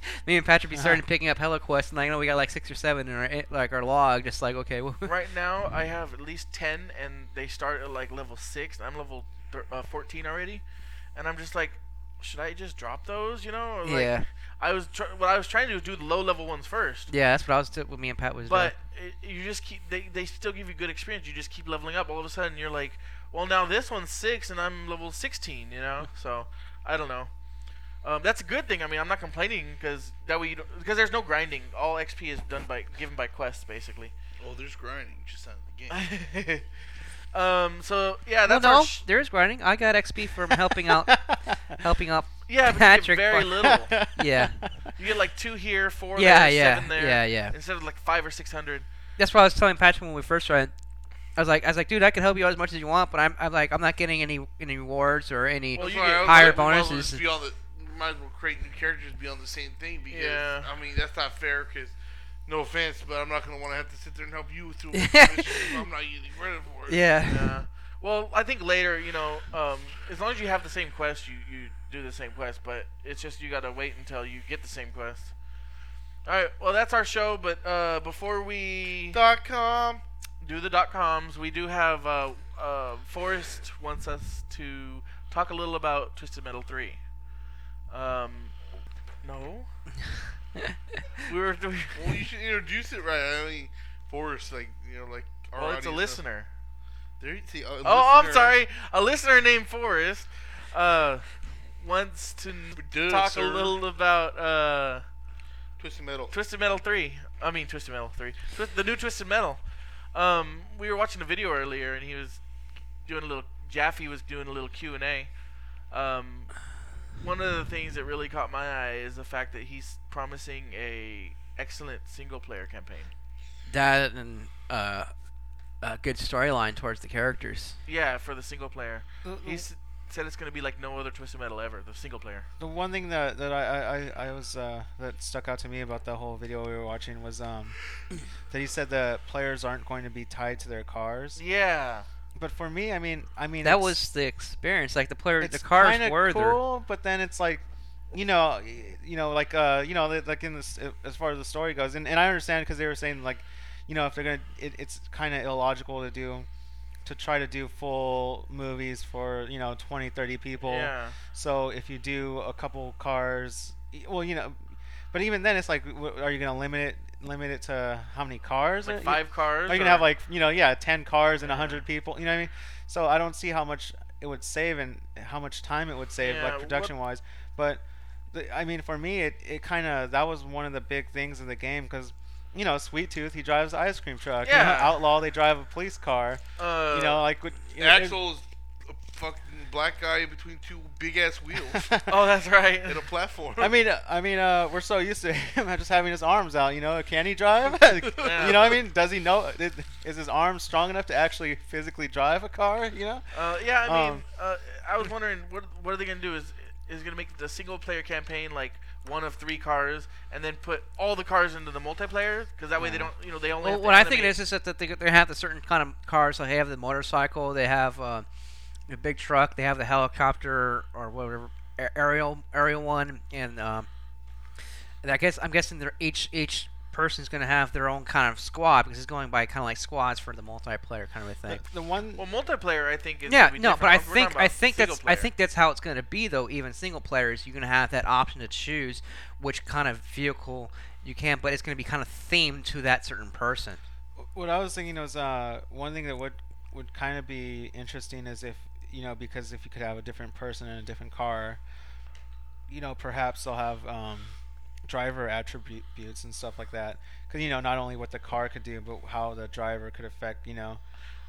[SPEAKER 4] <laughs> me and Patrick be starting picking up Hello Quest, and I know we got like six or seven in our in- like our log. Just like okay, well, <laughs>
[SPEAKER 1] right now, I have at least ten, and they start at like level six. And I'm level thir- uh, fourteen already, and I'm just like, should I just drop those? You know? Or, Like,
[SPEAKER 4] yeah,
[SPEAKER 1] I was tr- what I was trying to do is do the low level ones first.
[SPEAKER 4] yeah, that's what I was. T- what me and Pat was. doing.
[SPEAKER 1] But it, you just keep they, they still give you good experience. You just keep leveling up. All of a sudden you're like, well now this one's six and I'm level sixteen. You know, so I don't know. Um, that's a good thing. I mean, I'm not complaining because that way because there's no grinding. All XP is done by given by quests basically. <laughs>
[SPEAKER 3] Oh, there's grinding, just not in the game.
[SPEAKER 1] um, so yeah,
[SPEAKER 4] Well,
[SPEAKER 1] that's our
[SPEAKER 4] no,
[SPEAKER 1] sh-
[SPEAKER 4] there is grinding. I got XP from helping out, helping out.
[SPEAKER 1] yeah, but you get
[SPEAKER 4] Patrick
[SPEAKER 1] very
[SPEAKER 4] Bar- <laughs>
[SPEAKER 1] little.
[SPEAKER 4] <laughs> Yeah,
[SPEAKER 1] <laughs> You get like two here, four
[SPEAKER 4] Yeah,
[SPEAKER 1] there,
[SPEAKER 4] yeah,
[SPEAKER 1] seven there,
[SPEAKER 4] yeah, yeah.
[SPEAKER 1] instead of like five or six hundred.
[SPEAKER 4] that's what I was telling Patrick when we first started. I was like, I was like, dude, I can help you out as much as you want, but I'm, I'm like, I'm not getting any, any rewards or any.
[SPEAKER 1] Well, you
[SPEAKER 3] Sorry,
[SPEAKER 1] get
[SPEAKER 3] I was
[SPEAKER 4] higher
[SPEAKER 3] like, we might as well
[SPEAKER 4] bonuses.
[SPEAKER 3] just Be on the, we might as well create new characters be on the same thing because
[SPEAKER 1] Yeah.
[SPEAKER 3] I mean that's not fair. Because no offense, but I'm not gonna want to have to sit there and help you
[SPEAKER 4] <laughs>
[SPEAKER 3] through. a mission if I'm not using credit for it.
[SPEAKER 4] yeah.
[SPEAKER 1] Yeah. Well, I think later, you know, um, as long as you have the same quest, you, you do the same quest, but it's just you got to wait until you get the same quest. All right, well, that's our show, but uh, before we
[SPEAKER 3] Dot com.
[SPEAKER 1] do the dot coms, we do have uh, uh, Forrest wants us to talk a little about Twisted Metal 3. Um, no? we were <laughs> doing.
[SPEAKER 3] Well, you should introduce it right. I mean, Forrest, like you know, like our
[SPEAKER 1] Well, Oh, it's a
[SPEAKER 3] audience- uh,
[SPEAKER 1] listener.
[SPEAKER 3] There you see. a
[SPEAKER 1] Oh, I'm
[SPEAKER 3] listener. uh,
[SPEAKER 1] sorry. A listener named Forrest uh, wants to n-
[SPEAKER 3] Duh,
[SPEAKER 1] talk
[SPEAKER 3] sir.
[SPEAKER 1] a little about uh,
[SPEAKER 3] Twisted metal.
[SPEAKER 1] Twisted Metal 3. I mean, Twisted Metal 3. Twi- the new Twisted Metal. Um, we were watching a video earlier, and he was doing a little. Jaffe was doing a little Q and A. Um, one of the things that really caught my eye is the fact that he's promising a excellent single player campaign.
[SPEAKER 4] That and uh, a good storyline towards the characters.
[SPEAKER 1] Yeah, for the single player.
[SPEAKER 5] The,
[SPEAKER 1] He s- said it's going to be like no other Twisted Metal ever, the single player.
[SPEAKER 5] the one thing that that I I, I I was uh, that stuck out to me about the whole video we were watching was um that he said the players aren't going to be tied to their cars.
[SPEAKER 1] Yeah.
[SPEAKER 5] But for me, I mean, I mean
[SPEAKER 4] That
[SPEAKER 5] it's-
[SPEAKER 4] was the experience. Like the player, the
[SPEAKER 5] it's
[SPEAKER 4] cars
[SPEAKER 5] kinda
[SPEAKER 4] were there.
[SPEAKER 5] cool, but then it's like, you know, y- you know, like uh, you know, li- like in this as far as the story goes, and, and I understand because they were saying like, you know, if they're gonna, it, it's kind of illogical to do, to try to do full movies for you know 20, 30 people.
[SPEAKER 1] Yeah.
[SPEAKER 5] So if you do a couple cars, y- well, you know, but even then it's like, w- are you gonna limit it, limit it to how many cars?
[SPEAKER 1] Like
[SPEAKER 5] Uh,
[SPEAKER 1] five cars.
[SPEAKER 5] are you
[SPEAKER 1] or-
[SPEAKER 5] gonna have like you know yeah ten cars and a hundred people? You know what I mean? So I don't see how much it would save and how much time it would save
[SPEAKER 1] Yeah,
[SPEAKER 5] like
[SPEAKER 1] what-
[SPEAKER 5] production wise. But the, I mean for me it, it kind of that was one of the big things in the game because you know Sweet Tooth he drives an ice cream truck. You know,
[SPEAKER 1] Yeah.
[SPEAKER 5] Outlaw they drive a police car.
[SPEAKER 1] Uh,
[SPEAKER 5] you know like with, you know, it-
[SPEAKER 3] Axel's a fucking black guy in between two big
[SPEAKER 1] <laughs>
[SPEAKER 3] ass wheels
[SPEAKER 1] <laughs> Oh, that's
[SPEAKER 5] <laughs>
[SPEAKER 1] right.
[SPEAKER 3] in a platform.
[SPEAKER 5] <laughs> I mean, I mean, uh, we're so used to him <laughs> just having his arms out. You know, can he drive? <laughs> You know, what I mean, does he know? Is, is his arm strong enough to actually physically drive a car? You know,
[SPEAKER 1] Uh, yeah, I mean,
[SPEAKER 5] Um,
[SPEAKER 1] uh, I was wondering what what are they gonna do? Is is gonna make the single player campaign like one of three cars, and then put all the cars into the multiplayer? Because that way they
[SPEAKER 5] Yeah.
[SPEAKER 1] don't, you know, they only.
[SPEAKER 4] Well,
[SPEAKER 1] have to
[SPEAKER 4] what I think it
[SPEAKER 1] animate.
[SPEAKER 4] is is that they, they have the certain kind of cars. So they have the motorcycle, they have uh, the big truck, they have the helicopter or whatever a- aerial aerial one, and, um, and I guess I'm guessing they're each each person's going to have their own kind of squad because it's going by kind of like squads for the multiplayer kind of a thing.
[SPEAKER 5] the, the one
[SPEAKER 1] Well, multiplayer, I think is.
[SPEAKER 4] yeah,
[SPEAKER 1] gonna be
[SPEAKER 4] no, but I
[SPEAKER 1] different. We're talking
[SPEAKER 4] think I
[SPEAKER 1] about
[SPEAKER 4] think
[SPEAKER 1] single
[SPEAKER 4] that's I
[SPEAKER 1] player.
[SPEAKER 4] think that's how it's going to be though. Even single players, you're going to have that option to choose which kind of vehicle you can, but it's going to be kind of themed to that certain person.
[SPEAKER 5] what I was thinking was uh, one thing that would would kind of be interesting is if you know because if you could have a different person in a different car, you know perhaps they'll have um, driver attributes and stuff like that because you know not only what the car could do but how the driver could affect you know.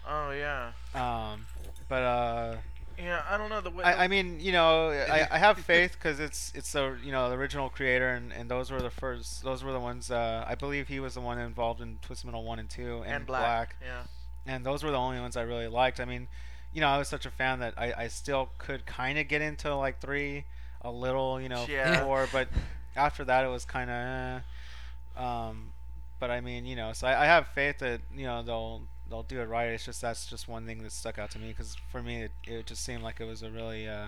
[SPEAKER 1] Oh yeah,
[SPEAKER 5] Um, but uh,
[SPEAKER 1] yeah. I don't know the way.
[SPEAKER 5] I, I mean you know I, I have faith because it's it's the you know the original creator and, and those were the first those were the ones uh, I believe he was the one involved in Twisted Metal one and two and,
[SPEAKER 1] and black.
[SPEAKER 5] Black
[SPEAKER 1] Yeah.
[SPEAKER 5] and those were the only ones I really liked. I mean, you know, I was such a fan that I, I still could kind of get into like three, a little, you know,
[SPEAKER 1] Yeah.
[SPEAKER 5] four, but after that it was kind of, eh. um, but I mean, you know, so I, I have faith that you know they'll they'll do it right. It's just that's just one thing that stuck out to me because for me it, it just seemed like it was a really. Uh,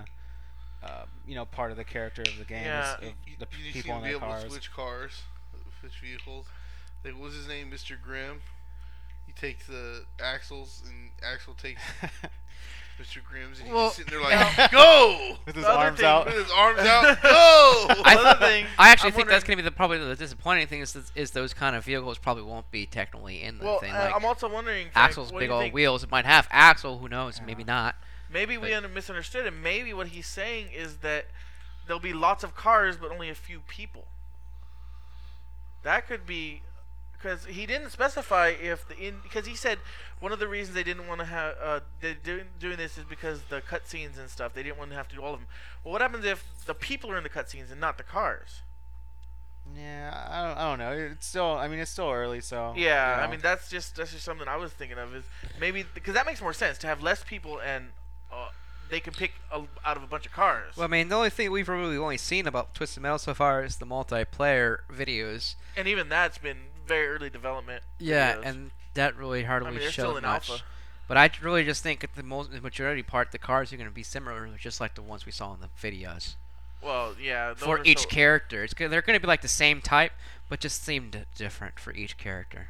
[SPEAKER 5] uh, you know, part of the character of the game
[SPEAKER 1] Yeah.
[SPEAKER 5] is of the
[SPEAKER 3] you
[SPEAKER 5] people
[SPEAKER 3] seem
[SPEAKER 5] in
[SPEAKER 3] to be
[SPEAKER 5] their
[SPEAKER 3] able
[SPEAKER 5] cars.
[SPEAKER 3] to switch cars, switch vehicles. Like what was his name, Mr. Grimm? He takes the axles, and Axel
[SPEAKER 5] <laughs>
[SPEAKER 3] takes Mr. Grimm's, and he's
[SPEAKER 4] Well,
[SPEAKER 3] just sitting there like, <laughs> "Go!"
[SPEAKER 5] <laughs> With his
[SPEAKER 1] The other
[SPEAKER 5] arms
[SPEAKER 1] thing-
[SPEAKER 5] out.
[SPEAKER 3] With his arms
[SPEAKER 5] <laughs>
[SPEAKER 3] out, go!
[SPEAKER 1] <laughs>
[SPEAKER 4] I
[SPEAKER 1] Another
[SPEAKER 4] thought- <laughs>
[SPEAKER 1] thing.
[SPEAKER 4] I actually
[SPEAKER 1] I'm
[SPEAKER 4] think that's
[SPEAKER 1] wondering-
[SPEAKER 4] going to be the probably the disappointing thing is that, is those kind of vehicles probably won't be technically in the
[SPEAKER 1] Well,
[SPEAKER 4] thing.
[SPEAKER 1] uh,
[SPEAKER 4] Like
[SPEAKER 1] I'm also wondering. Frank,
[SPEAKER 4] Axel's
[SPEAKER 1] what do
[SPEAKER 4] big
[SPEAKER 1] you
[SPEAKER 4] old
[SPEAKER 1] think?
[SPEAKER 4] wheels, it might have Axel. Who knows? Maybe
[SPEAKER 5] Yeah.
[SPEAKER 4] not.
[SPEAKER 1] Maybe we
[SPEAKER 4] But-
[SPEAKER 1] under- misunderstood him. Maybe what he's saying is that there'll be lots of cars, but only a few people. That could be because he didn't specify if the in because he said one of the reasons they didn't want to have uh, they didn't doing this is because the cutscenes and stuff they didn't want to have to do all of them. Well, what happens if the people are in the cutscenes and not the cars?
[SPEAKER 5] Yeah, I don't, I don't know. It's still, I mean, it's still early, so.
[SPEAKER 1] Yeah,
[SPEAKER 5] you
[SPEAKER 1] I
[SPEAKER 5] know.
[SPEAKER 1] mean that's just that's just something I was thinking of is maybe because that makes more sense to have less people and uh, they can pick a, out of a bunch of cars.
[SPEAKER 4] Well, I mean, the only thing we've really only seen about Twisted Metal so far is the multiplayer videos.
[SPEAKER 1] and even that's been very early development.
[SPEAKER 4] Yeah,
[SPEAKER 1] videos.
[SPEAKER 4] and that really hardly
[SPEAKER 1] I mean, they're
[SPEAKER 4] showed
[SPEAKER 1] still in
[SPEAKER 4] much.
[SPEAKER 1] alpha.
[SPEAKER 4] But I really just think that the, most, the majority part, the cars are going to be similar, just like the ones we saw in the videos.
[SPEAKER 1] Well, yeah. those
[SPEAKER 4] for
[SPEAKER 1] are
[SPEAKER 4] each
[SPEAKER 1] so-
[SPEAKER 4] character, it's go- they're going to be like the same type, but just themed different for each character.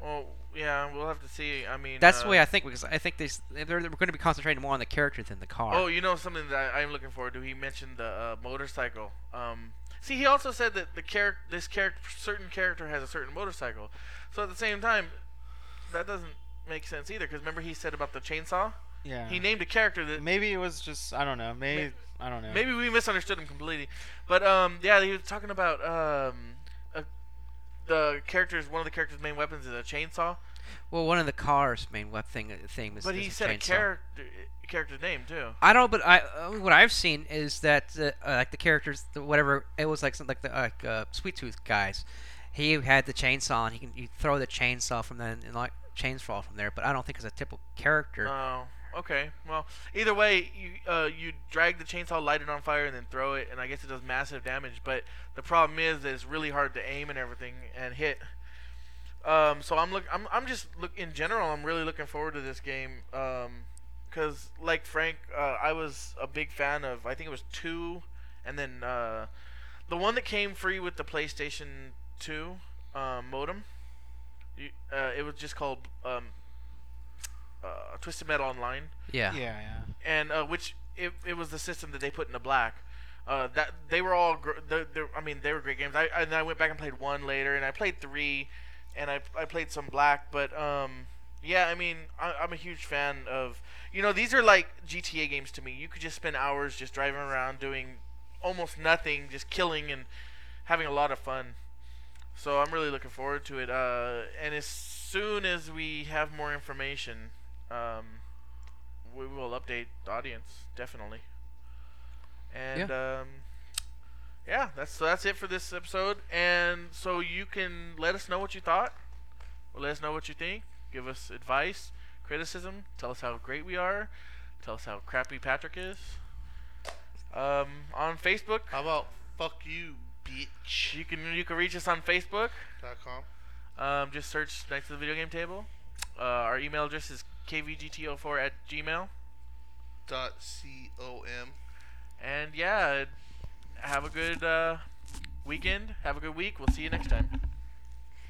[SPEAKER 1] Well, yeah, we'll have to see. I mean,
[SPEAKER 4] That's
[SPEAKER 1] uh,
[SPEAKER 4] the way I think because I think they s- they're, they're going to be concentrating more on the character than the car.
[SPEAKER 1] Oh, you know something that I, I'm looking forward to. He mentioned the uh, motorcycle. Um, see, he also said that the character, this character, certain character has a certain motorcycle. So at the same time, that doesn't make sense either. Because remember he said about the chainsaw.
[SPEAKER 5] Yeah.
[SPEAKER 1] He named a character that
[SPEAKER 5] Maybe it was just I don't know. Maybe I don't know.
[SPEAKER 1] Maybe we misunderstood him completely, but um, yeah, he was talking about um, uh the characters. One of the characters' main weapons is a chainsaw,
[SPEAKER 4] Well, one of the car's main web thing thing is.
[SPEAKER 1] But
[SPEAKER 4] is
[SPEAKER 1] he said a
[SPEAKER 4] chainsaw.
[SPEAKER 1] character character name too.
[SPEAKER 4] I don't. But I uh, what I've seen is that uh, uh, like the characters, the whatever it was like, some, like the uh, like, uh, Sweet Tooth guys, he had the chainsaw and he can you throw the chainsaw from then and like chains fall from there. But I don't think it's a typical character.
[SPEAKER 1] Oh, okay. Well, either way, you uh, you drag the chainsaw, light it on fire, and then throw it, and I guess it does massive damage. But the problem is that it's really hard to aim and everything and hit. Um, so I'm look. I'm, I'm just look in general. I'm really looking forward to this game. Um, cause like Frank, uh, I was a big fan of. I think it was two, and then uh, the one that came free with the PlayStation Two uh, modem. You, uh, it was just called um, uh, Twisted Metal Online,
[SPEAKER 4] yeah.
[SPEAKER 5] Yeah, yeah.
[SPEAKER 1] and uh, which it, it was the system that they put in the black. Uh, that they were all, gr- they're, they're, I mean, they were great games. I and I went back and played one later, and I played three, and I I played some black, but um, yeah, I mean, I, I'm a huge fan of, you know, these are like GTA games to me. You could just spend hours just driving around doing almost nothing, just killing and having a lot of fun. So I'm really looking forward to it. Uh, and as soon as we have more information, um, we will update the audience definitely. And um, yeah, that's so that's it for this episode. And so you can let us know what you thought, or let us know what you think. Give us advice, criticism. Tell us how great we are. Tell us how crappy Patrick is. Um, on Facebook,
[SPEAKER 3] How about fuck you, bitch?
[SPEAKER 1] you can you can reach us on Facebook.
[SPEAKER 3] Dot com.
[SPEAKER 1] Um, just search Knights of the Video Game Table. Uh, our email address is kvgt04 at gmail.
[SPEAKER 3] Dot c o m.
[SPEAKER 1] And yeah, have a good uh, weekend. Have a good week. We'll see you next time.